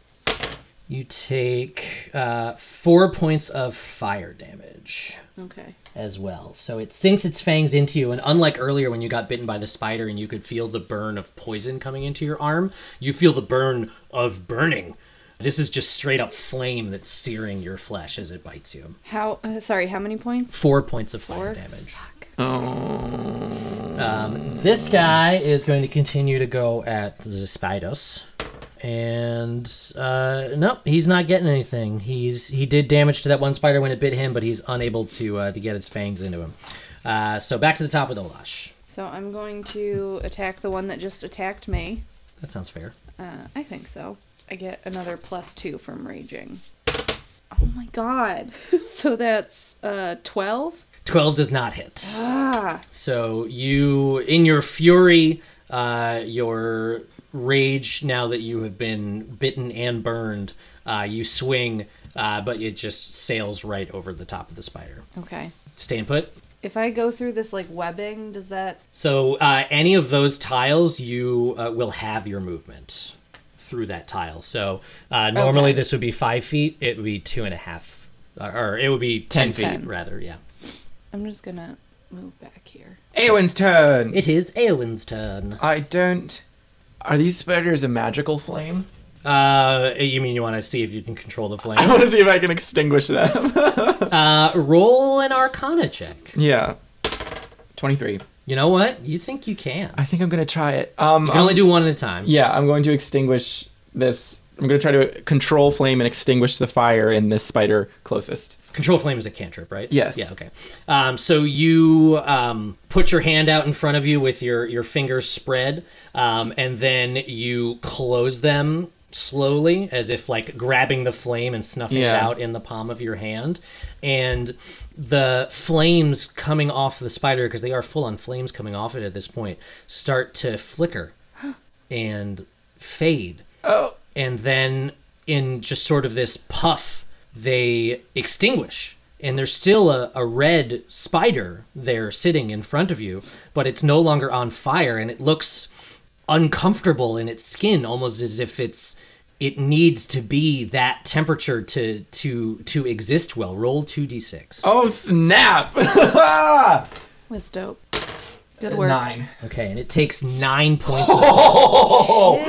[SPEAKER 4] You take uh, four points of fire damage
[SPEAKER 6] Okay.
[SPEAKER 4] as well. So it sinks its fangs into you, and unlike earlier when you got bitten by the spider and you could feel the burn of poison coming into your arm, you feel the burn of burning. This is just straight up flame that's searing your flesh as it bites you.
[SPEAKER 6] How, uh, sorry, how many points?
[SPEAKER 4] Four points of fire
[SPEAKER 6] Four?
[SPEAKER 4] damage. Um, this guy is going to continue to go at the spiders. And uh, nope, he's not getting anything. He's he did damage to that one spider when it bit him, but he's unable to uh, to get its fangs into him. Uh, so back to the top with Olash.
[SPEAKER 6] So I'm going to attack the one that just attacked me.
[SPEAKER 4] That sounds fair.
[SPEAKER 6] Uh, I think so. I get another plus 2 from raging. Oh my god. so that's uh 12?
[SPEAKER 4] Twelve does not hit.
[SPEAKER 6] Ah,
[SPEAKER 4] So you, in your fury, uh, your rage, now that you have been bitten and burned, uh, you swing, uh, but it just sails right over the top of the spider.
[SPEAKER 6] okay.
[SPEAKER 4] Staying put.
[SPEAKER 6] If I go through this like webbing, does that
[SPEAKER 4] So uh, any of those tiles, you uh, will have your movement through that tile. So uh, normally
[SPEAKER 6] Okay.
[SPEAKER 4] this would be five feet. It would be two and a half, or, or it would be ten,
[SPEAKER 3] feet.
[SPEAKER 4] feet rather. Yeah.
[SPEAKER 6] I'm just going to move back here.
[SPEAKER 3] Eowyn's turn.
[SPEAKER 4] It is Aowen's turn.
[SPEAKER 3] I don't. Are these spiders a magical flame?
[SPEAKER 4] Uh, you mean you want to see if you can control the flame?
[SPEAKER 3] I want to see if I can extinguish them.
[SPEAKER 4] Uh, roll an Arcana check.
[SPEAKER 3] yeah. 23.
[SPEAKER 4] You know what? You think you can.
[SPEAKER 3] I think I'm going to try it. Um,
[SPEAKER 4] You can only do one at a time.
[SPEAKER 3] yeah, I'm going to extinguish this. I'm going to try to control flame and extinguish the fire in this spider closest.
[SPEAKER 4] Control flame is a cantrip, right?
[SPEAKER 3] Yes.
[SPEAKER 4] Yeah. Okay. Um, so you um, put your hand out in front of you with your your fingers spread, um, and then you close them slowly, as if like grabbing the flame and snuffing it
[SPEAKER 3] Yeah.
[SPEAKER 4] out in the palm of your hand, and the flames coming off the spider because they are full on flames coming off it at this point start to flicker and fade.
[SPEAKER 3] Oh.
[SPEAKER 4] and then in just sort of this puff they extinguish and there's still a, a red spider there sitting in front of you, but it's no longer on fire and it looks uncomfortable in its skin almost as if it's it needs to be that temperature to to to exist well. Roll 2d6.
[SPEAKER 3] Oh snap!
[SPEAKER 6] That's dope.
[SPEAKER 3] Uh,
[SPEAKER 6] Good work.
[SPEAKER 3] Nine.
[SPEAKER 4] Okay, and it takes 9 points. of-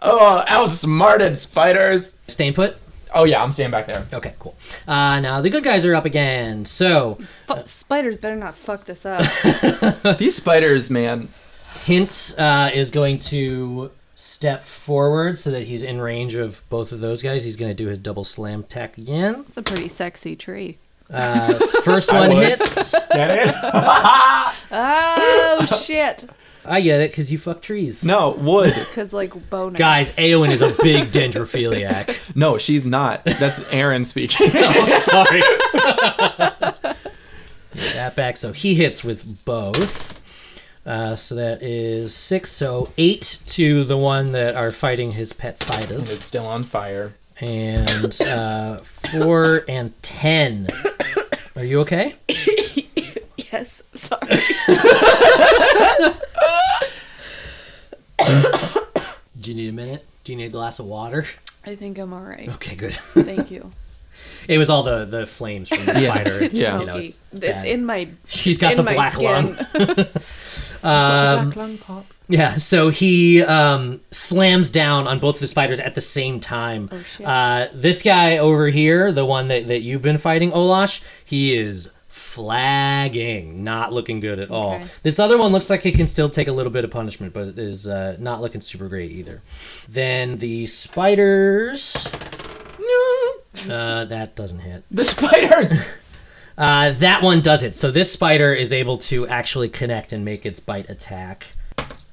[SPEAKER 3] Oh, outsmarted spiders.
[SPEAKER 4] Stay put.
[SPEAKER 3] Oh yeah, I'm staying back there.
[SPEAKER 4] Okay, cool. Uh, now the good guys are up again. So,
[SPEAKER 6] Fu- spiders better not fuck this up.
[SPEAKER 3] These spiders, man.
[SPEAKER 4] Hint uh, is going to step forward so that he's in range of both of those guys. He's going to do his double slam attack again.
[SPEAKER 6] It's a pretty sexy tree.
[SPEAKER 4] Uh, first one
[SPEAKER 3] would.
[SPEAKER 4] hits.
[SPEAKER 3] Get it?
[SPEAKER 6] Oh shit!
[SPEAKER 4] I get it because you fuck trees.
[SPEAKER 3] No, wood.
[SPEAKER 6] Because like bonus.
[SPEAKER 4] Guys, Aowen is a big dendrophiliac.
[SPEAKER 3] No, she's not. That's Aaron speaking.
[SPEAKER 4] Sorry. Get that back. So he hits with both. Uh, so that is six. So eight to the one that are fighting his pet spiders.
[SPEAKER 3] It's still on fire.
[SPEAKER 4] and uh, four and ten. Are you okay?
[SPEAKER 6] Yes. Sorry.
[SPEAKER 4] Do you need a minute? Do you need a glass of water?
[SPEAKER 6] I think I'm alright.
[SPEAKER 4] Okay, good.
[SPEAKER 6] Thank you.
[SPEAKER 4] it was all the the flames from the spider. It's,
[SPEAKER 3] Yeah.
[SPEAKER 4] you know,
[SPEAKER 6] Smoky.
[SPEAKER 4] it's,
[SPEAKER 6] it's,
[SPEAKER 4] bad.
[SPEAKER 6] in my.
[SPEAKER 4] She's got
[SPEAKER 6] in
[SPEAKER 4] the
[SPEAKER 6] my
[SPEAKER 4] black
[SPEAKER 6] skin.
[SPEAKER 4] lung. Um,
[SPEAKER 6] black lung pop.
[SPEAKER 4] Yeah, so he um, slams down on both the spiders at the same time. Oh,
[SPEAKER 6] shit.
[SPEAKER 4] Uh, this guy over here, the one that, that you've been fighting, Olash, he is flagging, not looking good at all.
[SPEAKER 6] Okay.
[SPEAKER 4] This other one looks like he can still take a little bit of punishment, but is uh, not looking super great either. Then the spiders. Uh, that doesn't hit.
[SPEAKER 3] The spiders.
[SPEAKER 4] Uh, that one does it. So this spider is able to actually connect and make its bite attack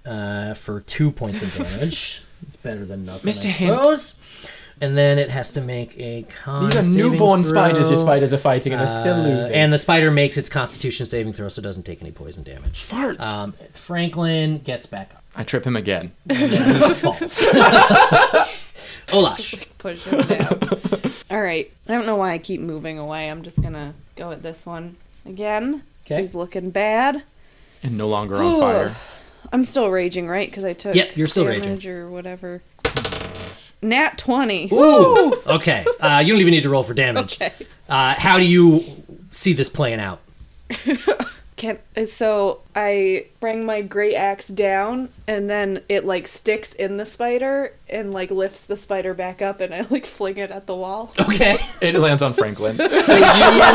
[SPEAKER 4] uh, for two points of damage. it's better than nothing.
[SPEAKER 3] Mr.
[SPEAKER 4] I
[SPEAKER 3] Hint.
[SPEAKER 4] suppose. And then it has to make a con.
[SPEAKER 3] These are
[SPEAKER 4] saving
[SPEAKER 3] newborn
[SPEAKER 4] throw.
[SPEAKER 3] spiders. Your spiders are fighting, and they're still
[SPEAKER 4] Uh,
[SPEAKER 3] losing.
[SPEAKER 4] and the spider makes its Constitution saving throw, so it doesn't take any poison damage.
[SPEAKER 3] farts.
[SPEAKER 4] Um, Franklin gets back up.
[SPEAKER 3] I trip him again.
[SPEAKER 4] Falls. Olash.
[SPEAKER 6] Push him down. All right. I don't know why I keep moving away. I'm just gonna go at this one again. 'cause
[SPEAKER 4] Okay.
[SPEAKER 6] He's looking bad.
[SPEAKER 3] And no longer on fire.
[SPEAKER 6] I'm still raging, right? Because I took
[SPEAKER 4] Yep, you're still Oh
[SPEAKER 6] damage or whatever. Nat twenty.
[SPEAKER 4] Ooh. Okay. Uh, you don't even need to roll for damage.
[SPEAKER 6] Okay.
[SPEAKER 4] Uh, how do you see this playing out?
[SPEAKER 6] Can uh, so I bring my great axe down and then it like sticks in the spider and like lifts the spider back up and I like fling it at the wall.
[SPEAKER 4] Okay.
[SPEAKER 3] It lands on Franklin.
[SPEAKER 6] yes,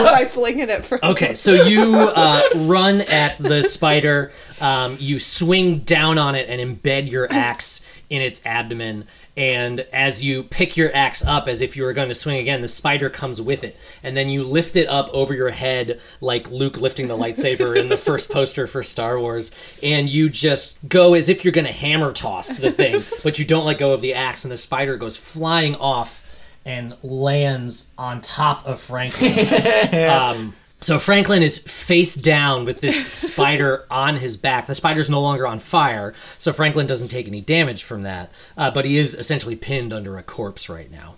[SPEAKER 6] I fling it at first.
[SPEAKER 4] Okay, so you uh, run at the spider. Um, you swing down on it and embed your axe in its abdomen. And as you pick your axe up, as if you were going to swing again, the spider comes with it. And then you lift it up over your head, like Luke lifting the lightsaber in the first poster for Star Wars. And you just go as if you're going to hammer toss the thing, but you don't let go of the axe, and the spider goes flying off and lands on top of Franklin. Um, so Franklin is face down with this spider on his back. The spider's no longer on fire, so Franklin doesn't take any damage from that. Uh, but he is essentially pinned under a corpse right now.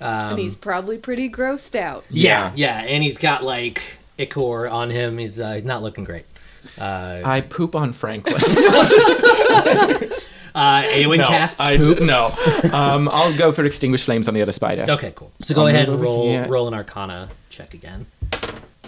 [SPEAKER 6] And he's probably pretty grossed out.
[SPEAKER 4] Yeah, yeah, and he's got like ichor on him. He's uh, not looking great.
[SPEAKER 3] I poop on Franklin.
[SPEAKER 4] Uh, Aowen casts
[SPEAKER 3] I,
[SPEAKER 4] poop.
[SPEAKER 3] No. Um, I'll go for extinguished flames on the other spider.
[SPEAKER 4] Okay, cool. So go ahead and
[SPEAKER 3] over
[SPEAKER 4] roll
[SPEAKER 3] here.
[SPEAKER 4] roll an Arcana check again.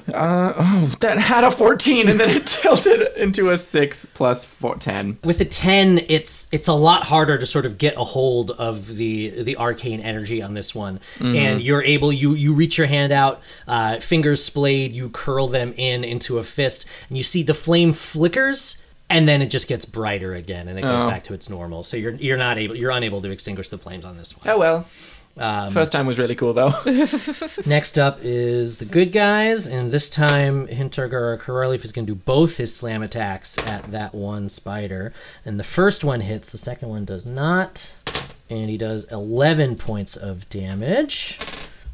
[SPEAKER 3] That had a 14 and then it tilted into a 6 plus four, 10.
[SPEAKER 4] with a 10 it's it's a lot harder to sort of get a hold of the the arcane energy on this one and you're able you you reach your hand out uh, fingers splayed you curl them in into a fist and you see the flame flickers and then it just gets brighter again and it goes back to its normal so you're you're not able you're unable to extinguish the flames on this one
[SPEAKER 3] Oh well. Um, First time was really cool though.
[SPEAKER 4] Next up is the good guys, and this time Hintergar Corellief is going to do both his slam attacks at that one spider. And the first one hits, the second one does not. And he does 11 points of damage.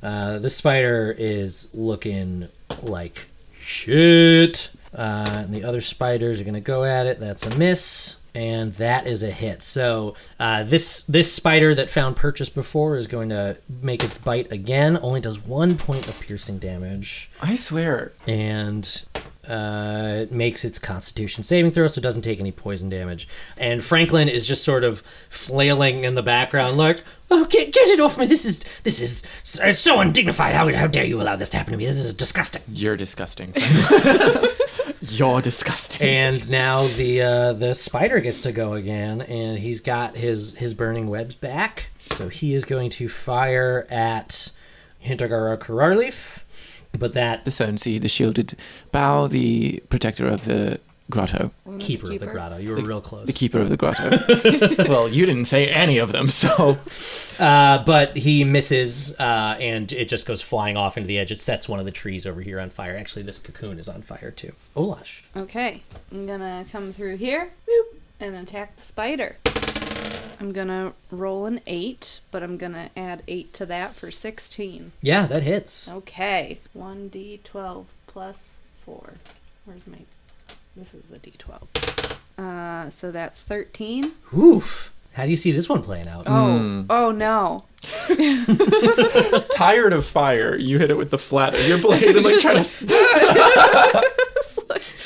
[SPEAKER 4] Uh, this spider is looking like shit. Uh, and the other spiders are going to go at it. That's a miss. and that is a hit. So uh, this this spider that found purchase before is going to make its bite again. Only does one point of piercing damage,
[SPEAKER 3] I swear.
[SPEAKER 4] and uh, it makes its Constitution saving throw, so it doesn't take any poison damage. And Franklin is just sort of flailing in the background, like, "Oh, get get it off me! This is this is so, so undignified! How how dare you allow this to happen to me? This is disgusting!"
[SPEAKER 3] You're disgusting. You're disgusting.
[SPEAKER 4] and now the uh, the spider gets to go again, and he's got his his burning webs back. So he is going to fire at Hintagara Kurarleaf, but that
[SPEAKER 3] the Stone Sea, the shielded bow, the protector of the grotto,
[SPEAKER 4] keeper of the grotto. You were real close.
[SPEAKER 3] the keeper of the grotto. well, you didn't say any of them, so
[SPEAKER 4] Uh, but he misses, uh, and it just goes flying off into the edge. It sets one of the trees over here on fire. Actually, this cocoon is on fire too. Olash.
[SPEAKER 6] Okay, I'm gonna come through here boop, and attack the spider. I'm gonna roll an eight, but I'm gonna add eight to that for 16.
[SPEAKER 4] Yeah, that hits.
[SPEAKER 6] Okay, 1d12 plus 4. Where's my. This is the d12. Uh, so that's 13.
[SPEAKER 4] Oof. How do you see this one playing out?
[SPEAKER 6] Oh, oh no.
[SPEAKER 3] tired of fire, you hit it with the flat of your blade and like trying to.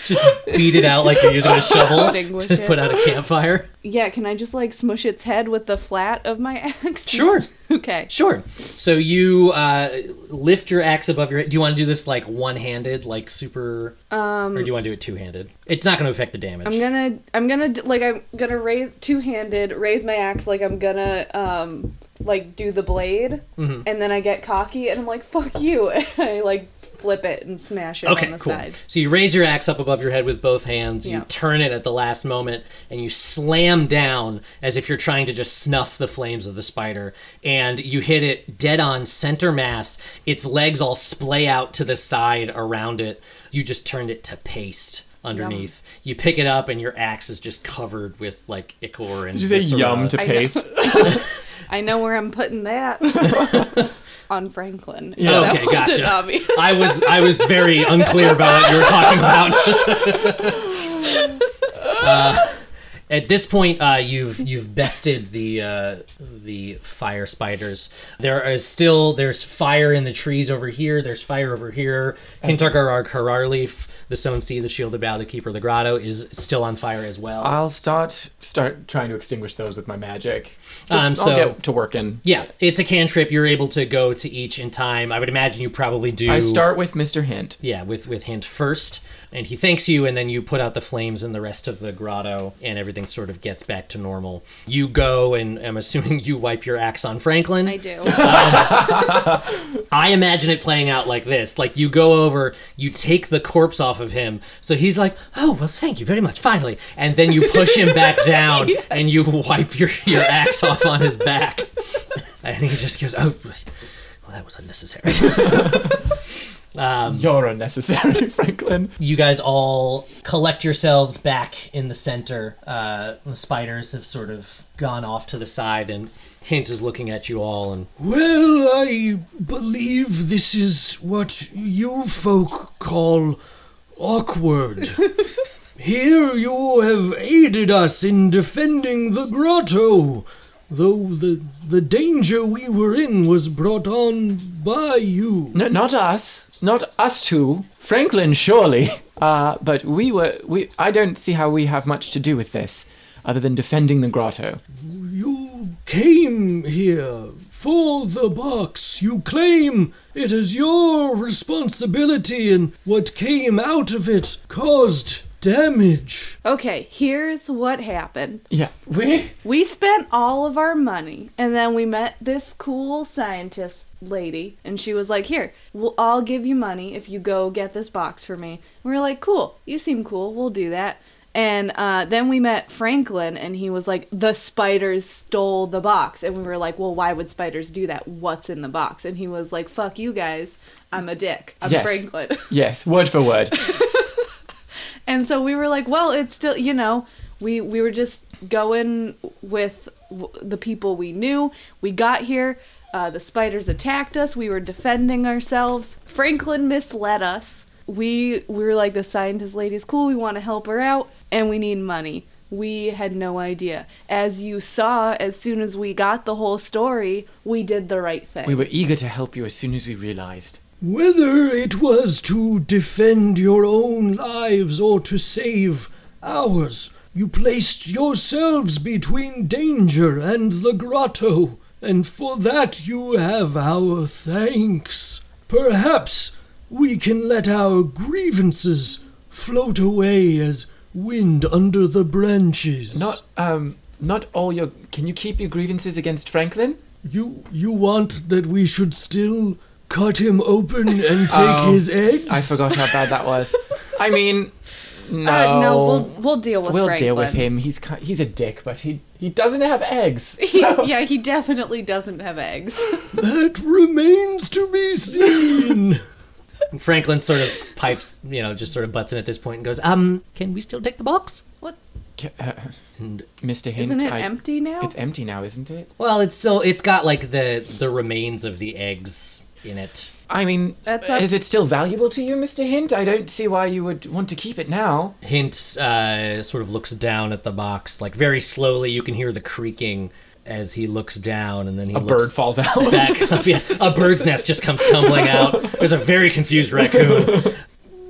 [SPEAKER 4] Just beat it out like you're using a shovel
[SPEAKER 6] Extinguish
[SPEAKER 4] to
[SPEAKER 6] it.
[SPEAKER 4] put out a campfire.
[SPEAKER 6] Yeah, can I just like smush its head with the flat of my axe?
[SPEAKER 4] Sure.
[SPEAKER 6] okay.
[SPEAKER 4] Sure. So you uh, lift your axe above your head. Do you want to do this like one-handed, like super, um, or do you want to do it two-handed? It's not going to affect the damage.
[SPEAKER 6] I'm gonna, I'm gonna, d- like, I'm gonna raise two handed, raise my axe, like, I'm gonna, um, like, do the blade,
[SPEAKER 4] Mm-hmm.
[SPEAKER 6] and then I get cocky and I'm like, fuck you. And I, like, flip it and smash it on
[SPEAKER 4] okay,
[SPEAKER 6] the
[SPEAKER 4] cool.
[SPEAKER 6] side.
[SPEAKER 4] So you raise your axe up above your head with both hands. You
[SPEAKER 6] Yeah.
[SPEAKER 4] turn it at the last moment, and you slam down as if you're trying to just snuff the flames of the spider. And you hit it dead on center mass. Its legs all splay out to the side around it. You just turned it to paste underneath. You pick it up, and your axe is just covered with like ichor and.
[SPEAKER 3] Did you say
[SPEAKER 4] viscera.
[SPEAKER 3] yum to
[SPEAKER 6] know.
[SPEAKER 3] paste?
[SPEAKER 6] I know where I'm putting that. on Franklin.
[SPEAKER 3] Yeah.
[SPEAKER 6] That
[SPEAKER 4] Okay,
[SPEAKER 6] wasn't
[SPEAKER 4] gotcha.
[SPEAKER 6] obvious.
[SPEAKER 4] I was I was very unclear about what you were talking about. uh, at this point, uh, you've you've bested the uh, the fire spiders. There is still there's fire in the trees over here. There's fire over here. Kintarkarar Kararleaf, the Sown Sea, the Shielded Bow, the Keeper of the Grotto is still on fire as well.
[SPEAKER 3] I'll start start trying to extinguish those with my magic. Just,
[SPEAKER 4] Um, so-
[SPEAKER 3] I'll get to working.
[SPEAKER 4] yeah, it's a cantrip. You're able to go to each in time. I would imagine you probably do.
[SPEAKER 3] I start with Mr. Hint.
[SPEAKER 4] yeah with with hint first and he thanks you and then you put out the flames in the rest of the grotto and everything sort of gets back to normal you go and i'm assuming you wipe your axe on franklin
[SPEAKER 6] I do.
[SPEAKER 4] I imagine it playing out like this. Like you go over, you take the corpse off of him, so he's like, "Oh well, thank you very much, finally." And then you push him back down, and you wipe your your axe off on his back, and he just goes, "Oh, well, that was unnecessary."
[SPEAKER 3] You're unnecessary, Franklin.
[SPEAKER 4] you guys all collect yourselves back in the center. Uh, the spiders have sort of gone off to the side, and Hint is looking at you all. And
[SPEAKER 2] Well, I believe this is what you folk call awkward. Here you have aided us in defending the grotto, though the, the danger we were in was brought on by you.
[SPEAKER 3] No, not us. Not us two. Franklin, surely. Uh, but we were. We. I don't see how we have much to do with this, other than defending the grotto.
[SPEAKER 2] You came here for the box. You claim it is your responsibility, and what came out of it caused damage.
[SPEAKER 6] okay, here's what happened.
[SPEAKER 3] Yeah. We.
[SPEAKER 6] We spent all of our money, and then we met this cool scientist lady, and she was like, "Here, we'll, I'll give you money if you go get this box for me." And we were like, "Cool, you seem cool. We'll do that." And uh, then we met Franklin, and he was like, "The spiders stole the box," and we were like, "Well, why would spiders do that? What's in the box?" And he was like, "Fuck you guys." I'm a dick. I'm
[SPEAKER 3] Yes.
[SPEAKER 6] Franklin.
[SPEAKER 3] Yes. Word for word.
[SPEAKER 6] And so we were like, well, it's still, you know, we we were just going with w- the people we knew. We got here, uh, the spiders attacked us. We were defending ourselves. Franklin misled us. We we were like, the scientist lady's cool. We want to help her out, and we need money. We had no idea. As you saw, as soon as we got the whole story, we did the right thing.
[SPEAKER 3] We were eager to help you as soon as we realized.
[SPEAKER 2] Whether it was to defend your own lives or to save ours, you placed yourselves between danger and the grotto, and for that you have our thanks. Perhaps we can let our grievances float away as wind under the branches.
[SPEAKER 3] Not, um, not all your. Can you keep your grievances against Franklin?
[SPEAKER 2] you. You want that we should still cut him open and take
[SPEAKER 3] Oh,
[SPEAKER 2] his eggs?
[SPEAKER 3] I forgot how bad that was. I mean, no.
[SPEAKER 6] Uh, no, we'll we'll deal with
[SPEAKER 3] We'll deal with
[SPEAKER 6] Franklin.
[SPEAKER 3] him. He's ki- he's a dick, but he he doesn't have eggs.
[SPEAKER 6] He, yeah, he definitely doesn't have eggs.
[SPEAKER 2] That remains to be seen.
[SPEAKER 4] Franklin sort of pipes, you know, just sort of butts in at this point and goes, um, can we still take the box?
[SPEAKER 6] What?
[SPEAKER 3] Ca- uh, Mr. Hint,
[SPEAKER 6] Isn't it
[SPEAKER 3] I-
[SPEAKER 6] empty now?
[SPEAKER 3] It's empty now, isn't it?
[SPEAKER 4] Well, it's so it's got like the the remains of the eggs in it.
[SPEAKER 3] I mean,
[SPEAKER 6] That's up-
[SPEAKER 3] is it still valuable to you, Mr. Hint? I don't see why you would want to keep it now.
[SPEAKER 4] Hint uh, sort of looks down at the box, like very slowly. You can hear the creaking as he looks down, and then he
[SPEAKER 3] A
[SPEAKER 4] looks
[SPEAKER 3] bird falls out.
[SPEAKER 4] back up. Yeah, a bird's nest just comes tumbling out. There's a very confused raccoon.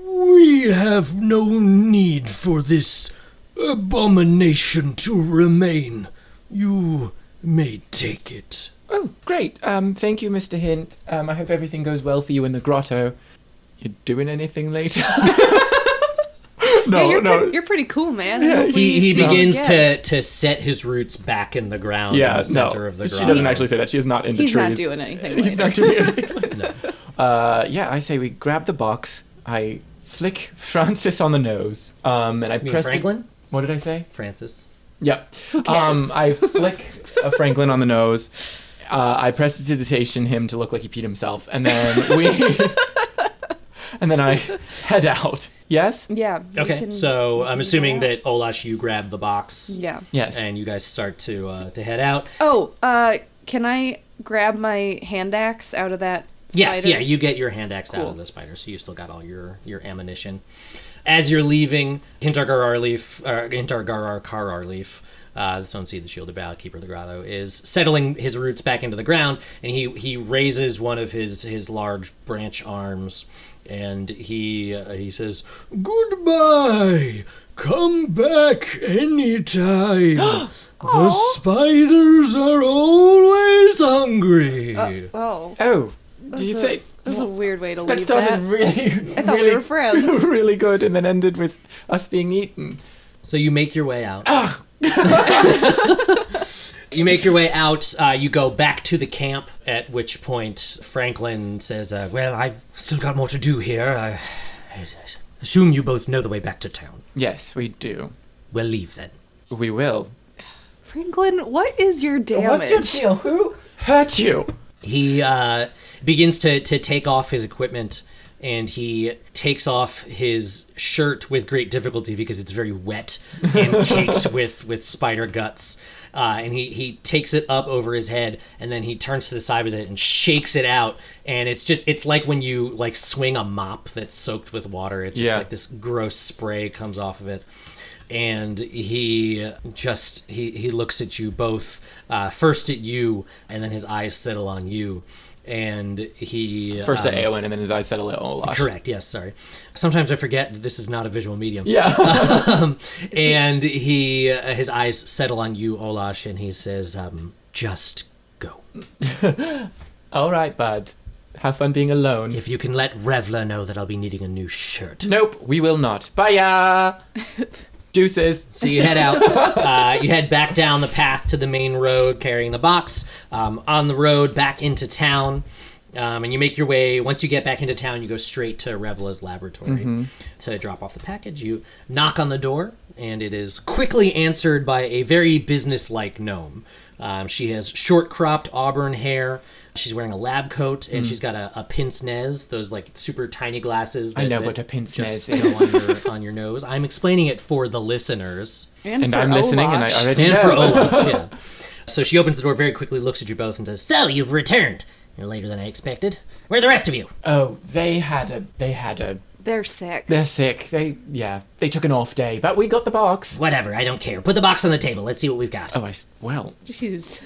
[SPEAKER 2] we have no need for this abomination to remain. You may take it.
[SPEAKER 3] oh, great. Um, thank you, Mr. Hint. Um, I hope everything goes well for you in the grotto. You doing anything later? no,
[SPEAKER 6] yeah, you're,
[SPEAKER 3] no.
[SPEAKER 6] pre- you're pretty cool, man. I hope
[SPEAKER 4] He
[SPEAKER 6] we
[SPEAKER 4] he
[SPEAKER 6] see you
[SPEAKER 4] begins
[SPEAKER 6] again.
[SPEAKER 4] to to set his roots back in the ground. in
[SPEAKER 3] yeah,
[SPEAKER 4] the center
[SPEAKER 3] no.
[SPEAKER 4] of the
[SPEAKER 3] she
[SPEAKER 4] garage.
[SPEAKER 3] doesn't actually say that. She is not in
[SPEAKER 6] He's
[SPEAKER 3] the
[SPEAKER 6] not
[SPEAKER 3] trees.
[SPEAKER 6] doing anything.
[SPEAKER 3] He's
[SPEAKER 6] later.
[SPEAKER 3] not doing anything. uh, yeah, I say we grab the box. I flick Francis on the nose. Um, and I
[SPEAKER 4] You mean
[SPEAKER 3] press the-
[SPEAKER 4] Franklin
[SPEAKER 3] what did I say?
[SPEAKER 4] Francis.
[SPEAKER 3] Yep.
[SPEAKER 6] cares?
[SPEAKER 3] Um, I flick a Franklin on the nose. Uh, I press the digitation him to look like he peed himself, and then we, and then I head out. Yes.
[SPEAKER 6] Yeah. you
[SPEAKER 4] Okay,
[SPEAKER 6] can-
[SPEAKER 4] so I'm assuming
[SPEAKER 6] do
[SPEAKER 4] that Olash, you grab the box.
[SPEAKER 6] Yeah.
[SPEAKER 3] Yes.
[SPEAKER 4] And you guys start to uh, to head out.
[SPEAKER 6] Oh, uh, can I grab my hand axe out of that?
[SPEAKER 4] Yes,
[SPEAKER 6] spider?
[SPEAKER 4] yeah, you get your hand axe out
[SPEAKER 6] Cool.
[SPEAKER 4] of the spider, so you still got all your your ammunition. As you're leaving, Hintar Garar Leaf, uh, Hintar Garar Karar Leaf, uh, the Stone Seed, the Shielded Bow, Keeper of the Grotto, is settling his roots back into the ground, and he he raises one of his his large branch arms, and he uh, he says,
[SPEAKER 2] Goodbye. Come back anytime. the spiders are always hungry.
[SPEAKER 6] Oh,
[SPEAKER 3] Oh, did you
[SPEAKER 6] a-
[SPEAKER 3] say
[SPEAKER 6] that's a weird way to
[SPEAKER 3] that
[SPEAKER 6] leave
[SPEAKER 3] started
[SPEAKER 6] that.
[SPEAKER 3] really?
[SPEAKER 6] I thought we
[SPEAKER 3] really,
[SPEAKER 6] were friends.
[SPEAKER 3] Really good, and then ended with us being eaten.
[SPEAKER 4] So you make your way out. you make your way out. Uh, you go back to the camp. At which point, Franklin says, uh, "Well, I've still got more to do here. I, I assume you both know the way back to town.
[SPEAKER 3] Yes, we do.
[SPEAKER 4] We'll leave then."
[SPEAKER 3] We will.
[SPEAKER 6] Franklin, what is your damage?
[SPEAKER 3] deal? Who hurt you?
[SPEAKER 4] He uh, begins to to take off his equipment. And he takes off his shirt with great difficulty because it's very wet and caked with, with spider guts. Uh, and he, he takes it up over his head and then he turns to the side with it and shakes it out. And it's just, it's like when you like swing a mop that's soaked with water. It's just
[SPEAKER 3] Yeah.
[SPEAKER 4] like this gross spray comes off of it and he just he he looks at you both uh, first at you and then his eyes settle on you and he
[SPEAKER 3] First
[SPEAKER 4] um,
[SPEAKER 3] at Aowen, and then his eyes settle at Olaf.
[SPEAKER 4] correct yes sorry sometimes i forget that this is not a visual medium Um,
[SPEAKER 3] Yeah.
[SPEAKER 4] and he uh, his eyes settle on you olash and he says um just go
[SPEAKER 3] All right, bud. Have fun being alone.
[SPEAKER 4] if you can let revler know that i'll be needing a new shirt
[SPEAKER 3] Nope, we will not. Bye ya! Deuces.
[SPEAKER 4] So you head out. uh, you head back down the path to the main road, carrying the box. Um, on the road back into town, um, and you make your way. Once you get back into town, you go straight to Revla's laboratory
[SPEAKER 3] Mm-hmm.
[SPEAKER 4] to drop off the package. You knock on the door, and it is quickly answered by a very businesslike gnome. Um, she has short cropped auburn hair. She's wearing a lab coat
[SPEAKER 3] Mm.
[SPEAKER 4] and she's got a, a pince nez, those like super tiny glasses. That,
[SPEAKER 3] I know
[SPEAKER 4] that
[SPEAKER 3] what a pince
[SPEAKER 4] just
[SPEAKER 3] nez
[SPEAKER 4] go on your, on your nose. I'm explaining it for the listeners
[SPEAKER 6] And,
[SPEAKER 3] And
[SPEAKER 6] for
[SPEAKER 3] I'm listening, and I
[SPEAKER 6] Olash.
[SPEAKER 3] already
[SPEAKER 4] and
[SPEAKER 3] know.
[SPEAKER 4] for Olaf. Yeah. So she opens the door very quickly, looks at you both, and says, "So you've returned. You're later than I expected. Where are the rest of you?"
[SPEAKER 3] oh, they had a they had a
[SPEAKER 6] They're sick.
[SPEAKER 3] They're sick. They yeah, they took an off day, but we got the box.
[SPEAKER 4] Whatever, I don't care. Put the box on the table. Let's see what we've got.
[SPEAKER 3] Oh, I s- well,
[SPEAKER 6] Jeez.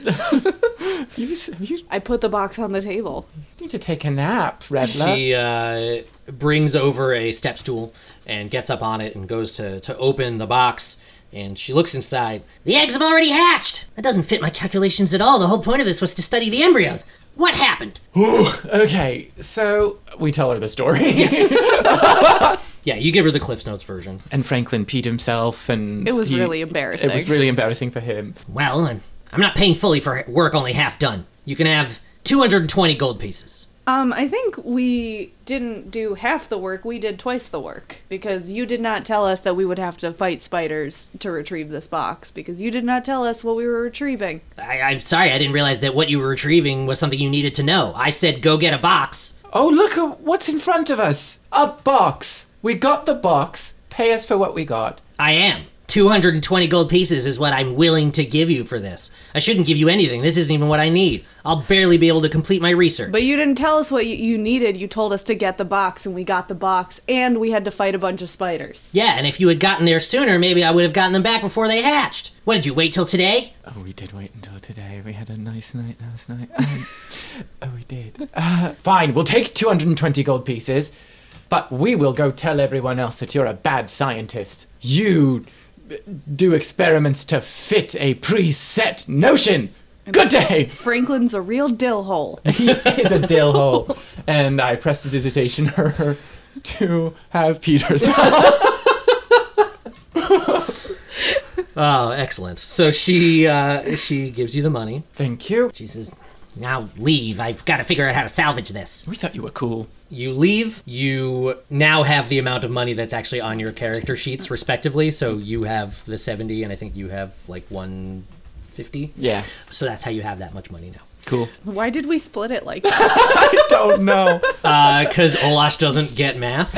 [SPEAKER 3] you, you
[SPEAKER 6] I put the box on the table.
[SPEAKER 3] need to take a nap, Revla.
[SPEAKER 4] She uh, brings over a step stool and gets up on it and goes to, to open the box. And she looks inside. The eggs have already hatched! That doesn't fit my calculations at all. The whole point of this was to study the embryos. What happened?
[SPEAKER 3] Okay, so we tell her the story,
[SPEAKER 4] Yeah, you give her the Cliffs Notes version.
[SPEAKER 3] and Franklin peed himself, and
[SPEAKER 6] It was
[SPEAKER 3] he-
[SPEAKER 6] really embarrassing.
[SPEAKER 3] It was really embarrassing for him.
[SPEAKER 4] Well, I'm, I'm not paying fully for work only half done. You can have 220 gold pieces.
[SPEAKER 6] Um, I think we didn't do half the work. We did twice the work because you did not tell us that we would have to fight spiders to retrieve this box because you did not tell us what we were retrieving.
[SPEAKER 4] I, I'm sorry, I didn't realize that what you were retrieving was something you needed to know. I said go get a box.
[SPEAKER 3] Oh look, at what's in front of us? A box. We got the box. Pay us for what we got.
[SPEAKER 4] I am. 220 gold pieces is what I'm willing to give you for this. I shouldn't give you anything. This isn't even what I need. I'll barely be able to complete my research.
[SPEAKER 6] But you didn't tell us what you, you needed. You told us to get the box, and we got the box, and we had to fight a bunch of spiders.
[SPEAKER 4] yeah, and if you had gotten there sooner, maybe I would have gotten them back before they hatched. What did you wait till today?
[SPEAKER 3] Oh, we did wait until today. We had a nice night last night. Um, oh, we did. Uh, fine, we'll take 220 gold pieces, but we will go tell everyone else that you're a bad scientist. You uh, do experiments to fit a preset notion. Good day!
[SPEAKER 6] Franklin's a real dill hole.
[SPEAKER 3] He is a dill hole. And I pressed a dissertation her to have Peter's.
[SPEAKER 4] Oh, excellent. So she uh, she gives you the money.
[SPEAKER 3] Thank you.
[SPEAKER 4] She says, "Now leave. I've got to figure out how to salvage this."
[SPEAKER 3] We thought you were cool.
[SPEAKER 4] You leave. You now have the amount of money that's actually on your character sheets, respectively. So you have the seventy, and I think you have like one fifty.
[SPEAKER 3] Yeah.
[SPEAKER 4] So that's how you have that much money now.
[SPEAKER 3] Cool.
[SPEAKER 6] Why did we split it like that?
[SPEAKER 3] I don't know.
[SPEAKER 4] Because Uh, Olash doesn't get math.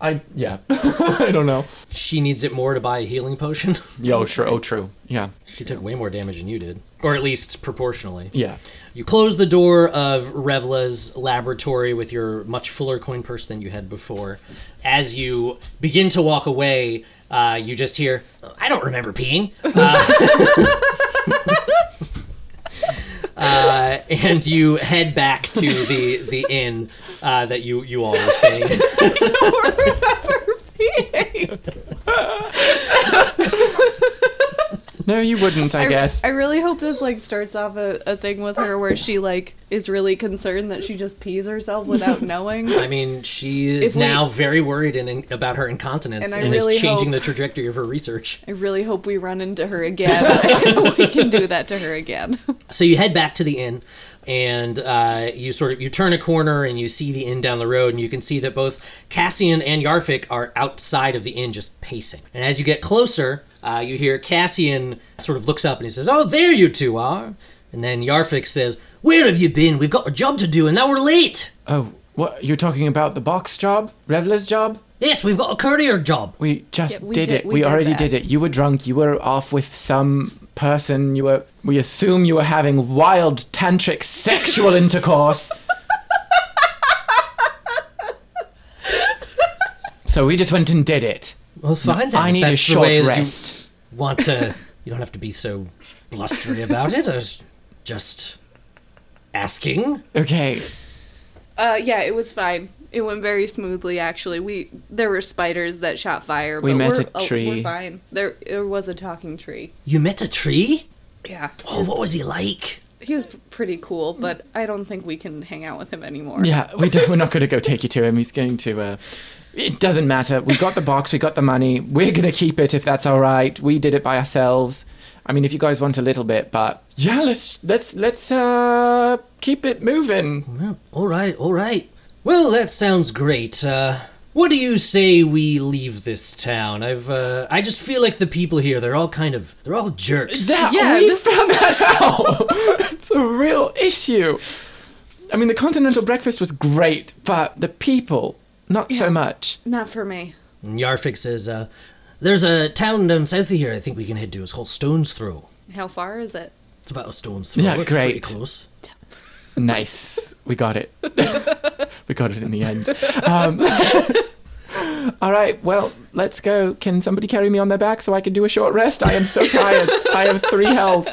[SPEAKER 3] I, yeah. I don't know.
[SPEAKER 4] She needs it more to buy a healing potion.
[SPEAKER 3] Yo, sure. Oh, true. Yeah.
[SPEAKER 4] she took way more damage than you did, or at least proportionally.
[SPEAKER 3] Yeah.
[SPEAKER 4] You close the door of Revla's laboratory with your much fuller coin purse than you had before. As you begin to walk away, uh, you just hear, I don't remember peeing. Uh, and you head back to the, the inn uh, that you, you all were staying in.
[SPEAKER 3] No, you wouldn't, I, guess.
[SPEAKER 6] I really hope this like starts off a, a thing with her where she like is really concerned that she just pees herself without knowing.
[SPEAKER 4] I mean, she is
[SPEAKER 6] If we-
[SPEAKER 4] now very worried and in, about her incontinence and,
[SPEAKER 6] And I really
[SPEAKER 4] is changing
[SPEAKER 6] hope-
[SPEAKER 4] the trajectory of her research.
[SPEAKER 6] I really hope we run into her again. we can do that to her again.
[SPEAKER 4] So you head back to the inn, and uh, you sort of you turn a corner and you see the inn down the road, and you can see that both Cassian and Yarfik are outside of the inn, just pacing. And as you get closer, uh, you hear Cassian sort of looks up and he says, "Oh, there you two are." And then Yarfik says, "Where have you been? We've got a job to do, and now we're late."
[SPEAKER 3] oh, what? You're talking about the box job? Reveler's job?
[SPEAKER 4] Yes, we've got a courier job.
[SPEAKER 3] We just
[SPEAKER 6] Yeah, we
[SPEAKER 3] did,
[SPEAKER 6] did-
[SPEAKER 3] it. We,
[SPEAKER 6] we did
[SPEAKER 3] already
[SPEAKER 6] that.
[SPEAKER 3] did it. You were drunk. You were off with some person. You were. We assume you were having wild tantric sexual intercourse. so we just went and did it.
[SPEAKER 4] Well, fine. then.
[SPEAKER 3] I
[SPEAKER 4] If
[SPEAKER 3] need a
[SPEAKER 4] that's the
[SPEAKER 3] short
[SPEAKER 4] way that you-
[SPEAKER 3] rest.
[SPEAKER 4] want to you don't have to be so blustery about it i was just asking
[SPEAKER 3] Okay.
[SPEAKER 6] Uh, yeah, it was fine. It went very smoothly, actually. We there were spiders that shot fire.
[SPEAKER 3] We
[SPEAKER 6] but
[SPEAKER 3] met
[SPEAKER 6] we're,
[SPEAKER 3] a
[SPEAKER 6] oh,
[SPEAKER 3] tree.
[SPEAKER 6] we're fine. There, there was a talking tree.
[SPEAKER 4] you met a tree
[SPEAKER 6] Yeah,
[SPEAKER 4] oh what was he like
[SPEAKER 6] he was p- pretty cool, but I don't think we can hang out with him anymore.
[SPEAKER 3] Yeah, we don't, we're not going to go take you to him. He's going to. Uh, it doesn't matter. We got the box. We got the money. We're going to keep it if that's all right. We did it by ourselves. I mean, if you guys want a little bit, but yeah, let's let's let's uh keep it moving.
[SPEAKER 4] all right all right well that sounds great uh what do you say we leave this town i've uh i just feel like the people here they're all kind of they're all jerks
[SPEAKER 3] That
[SPEAKER 6] Yeah,
[SPEAKER 3] we
[SPEAKER 6] this-
[SPEAKER 3] found that out. it's a real issue. I mean, the continental breakfast was great, but the people, not so much.
[SPEAKER 6] Not for me.
[SPEAKER 4] and yarfik says uh there's a town down south of here i think we can head to it's called stone's throw
[SPEAKER 6] How far is it?
[SPEAKER 4] it's about a stone's throw
[SPEAKER 3] Yeah,
[SPEAKER 4] It's pretty
[SPEAKER 3] great.
[SPEAKER 4] close
[SPEAKER 3] Nice. We got it. we got it in the end. Um, all right. Well, let's go. Can somebody carry me on their back so I can do a short rest? I am so tired. I have three health.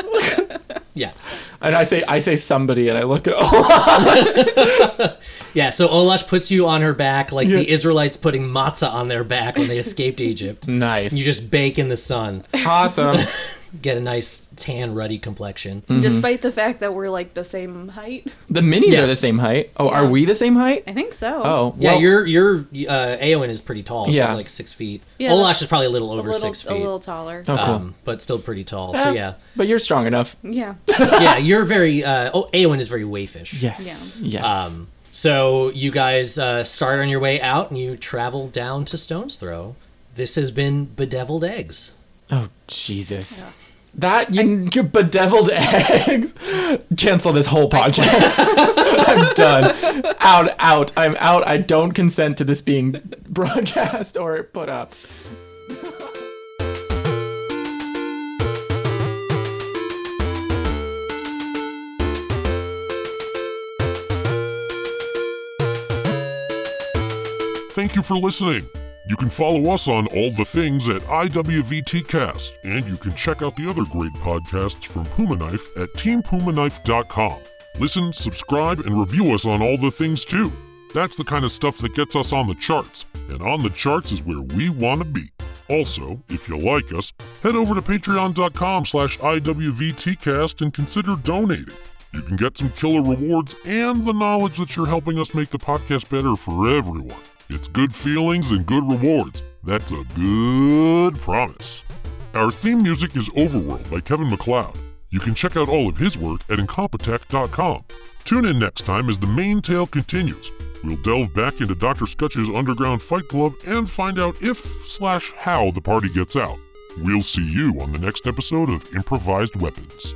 [SPEAKER 4] Yeah.
[SPEAKER 3] And I say, I say somebody, and I look at. Oh,
[SPEAKER 4] Yeah, so Olash puts you on her back like the Israelites putting matzah on their back when they escaped Egypt.
[SPEAKER 3] nice.
[SPEAKER 4] You just bake in the sun,
[SPEAKER 3] awesome.
[SPEAKER 4] get a nice tan, ruddy complexion.
[SPEAKER 3] Mm-hmm.
[SPEAKER 6] Despite the fact that we're like the same height.
[SPEAKER 3] The minis
[SPEAKER 4] Yeah.
[SPEAKER 3] are the same height. Oh, are we the same height?
[SPEAKER 6] I think so.
[SPEAKER 3] Oh,
[SPEAKER 4] Yeah,
[SPEAKER 3] well,
[SPEAKER 4] your your uh, Aowen is pretty tall. She's
[SPEAKER 3] Yeah.
[SPEAKER 4] like six feet.
[SPEAKER 6] Yeah,
[SPEAKER 4] Olash is probably a little
[SPEAKER 6] a
[SPEAKER 4] over
[SPEAKER 6] little,
[SPEAKER 4] six feet,
[SPEAKER 6] a little taller.
[SPEAKER 3] Oh, cool.
[SPEAKER 4] um, but still pretty tall. So yeah,
[SPEAKER 3] But you're strong enough.
[SPEAKER 6] Yeah.
[SPEAKER 4] yeah, you're very. Uh, oh, Aowen is very waifish.
[SPEAKER 3] Yes. Yes.
[SPEAKER 4] Um, so you guys uh, start on your way out, and you travel down to Stone's Throw. This has been bedeviled eggs.
[SPEAKER 3] oh Jesus. That you, your bedeviled eggs. Cancel this whole podcast. I'm done. Out. Out. I'm out. I don't consent to this being broadcast or put up.
[SPEAKER 1] Thank you for listening. You can follow us on all the things at IWVTcast, and you can check out the other great podcasts from Puma Knife at teampumaknife.com. Listen, subscribe, and review us on all the things too. That's the kind of stuff that gets us on the charts, and on the charts is where we want to be. Also, if you like us, head over to patreon.com slash IWVTcast and consider donating. You can get some killer rewards and the knowledge that you're helping us make the podcast better for everyone. It's good feelings and good rewards. That's a good promise. Our theme music is Overworld by Kevin McLeod. You can check out all of his work at incompetech.com. Tune in next time as the main tale continues. We'll delve back into Dr. Scutch's underground fight club and find out if slash how the party gets out. We'll see you on the next episode of Improvised Weapons.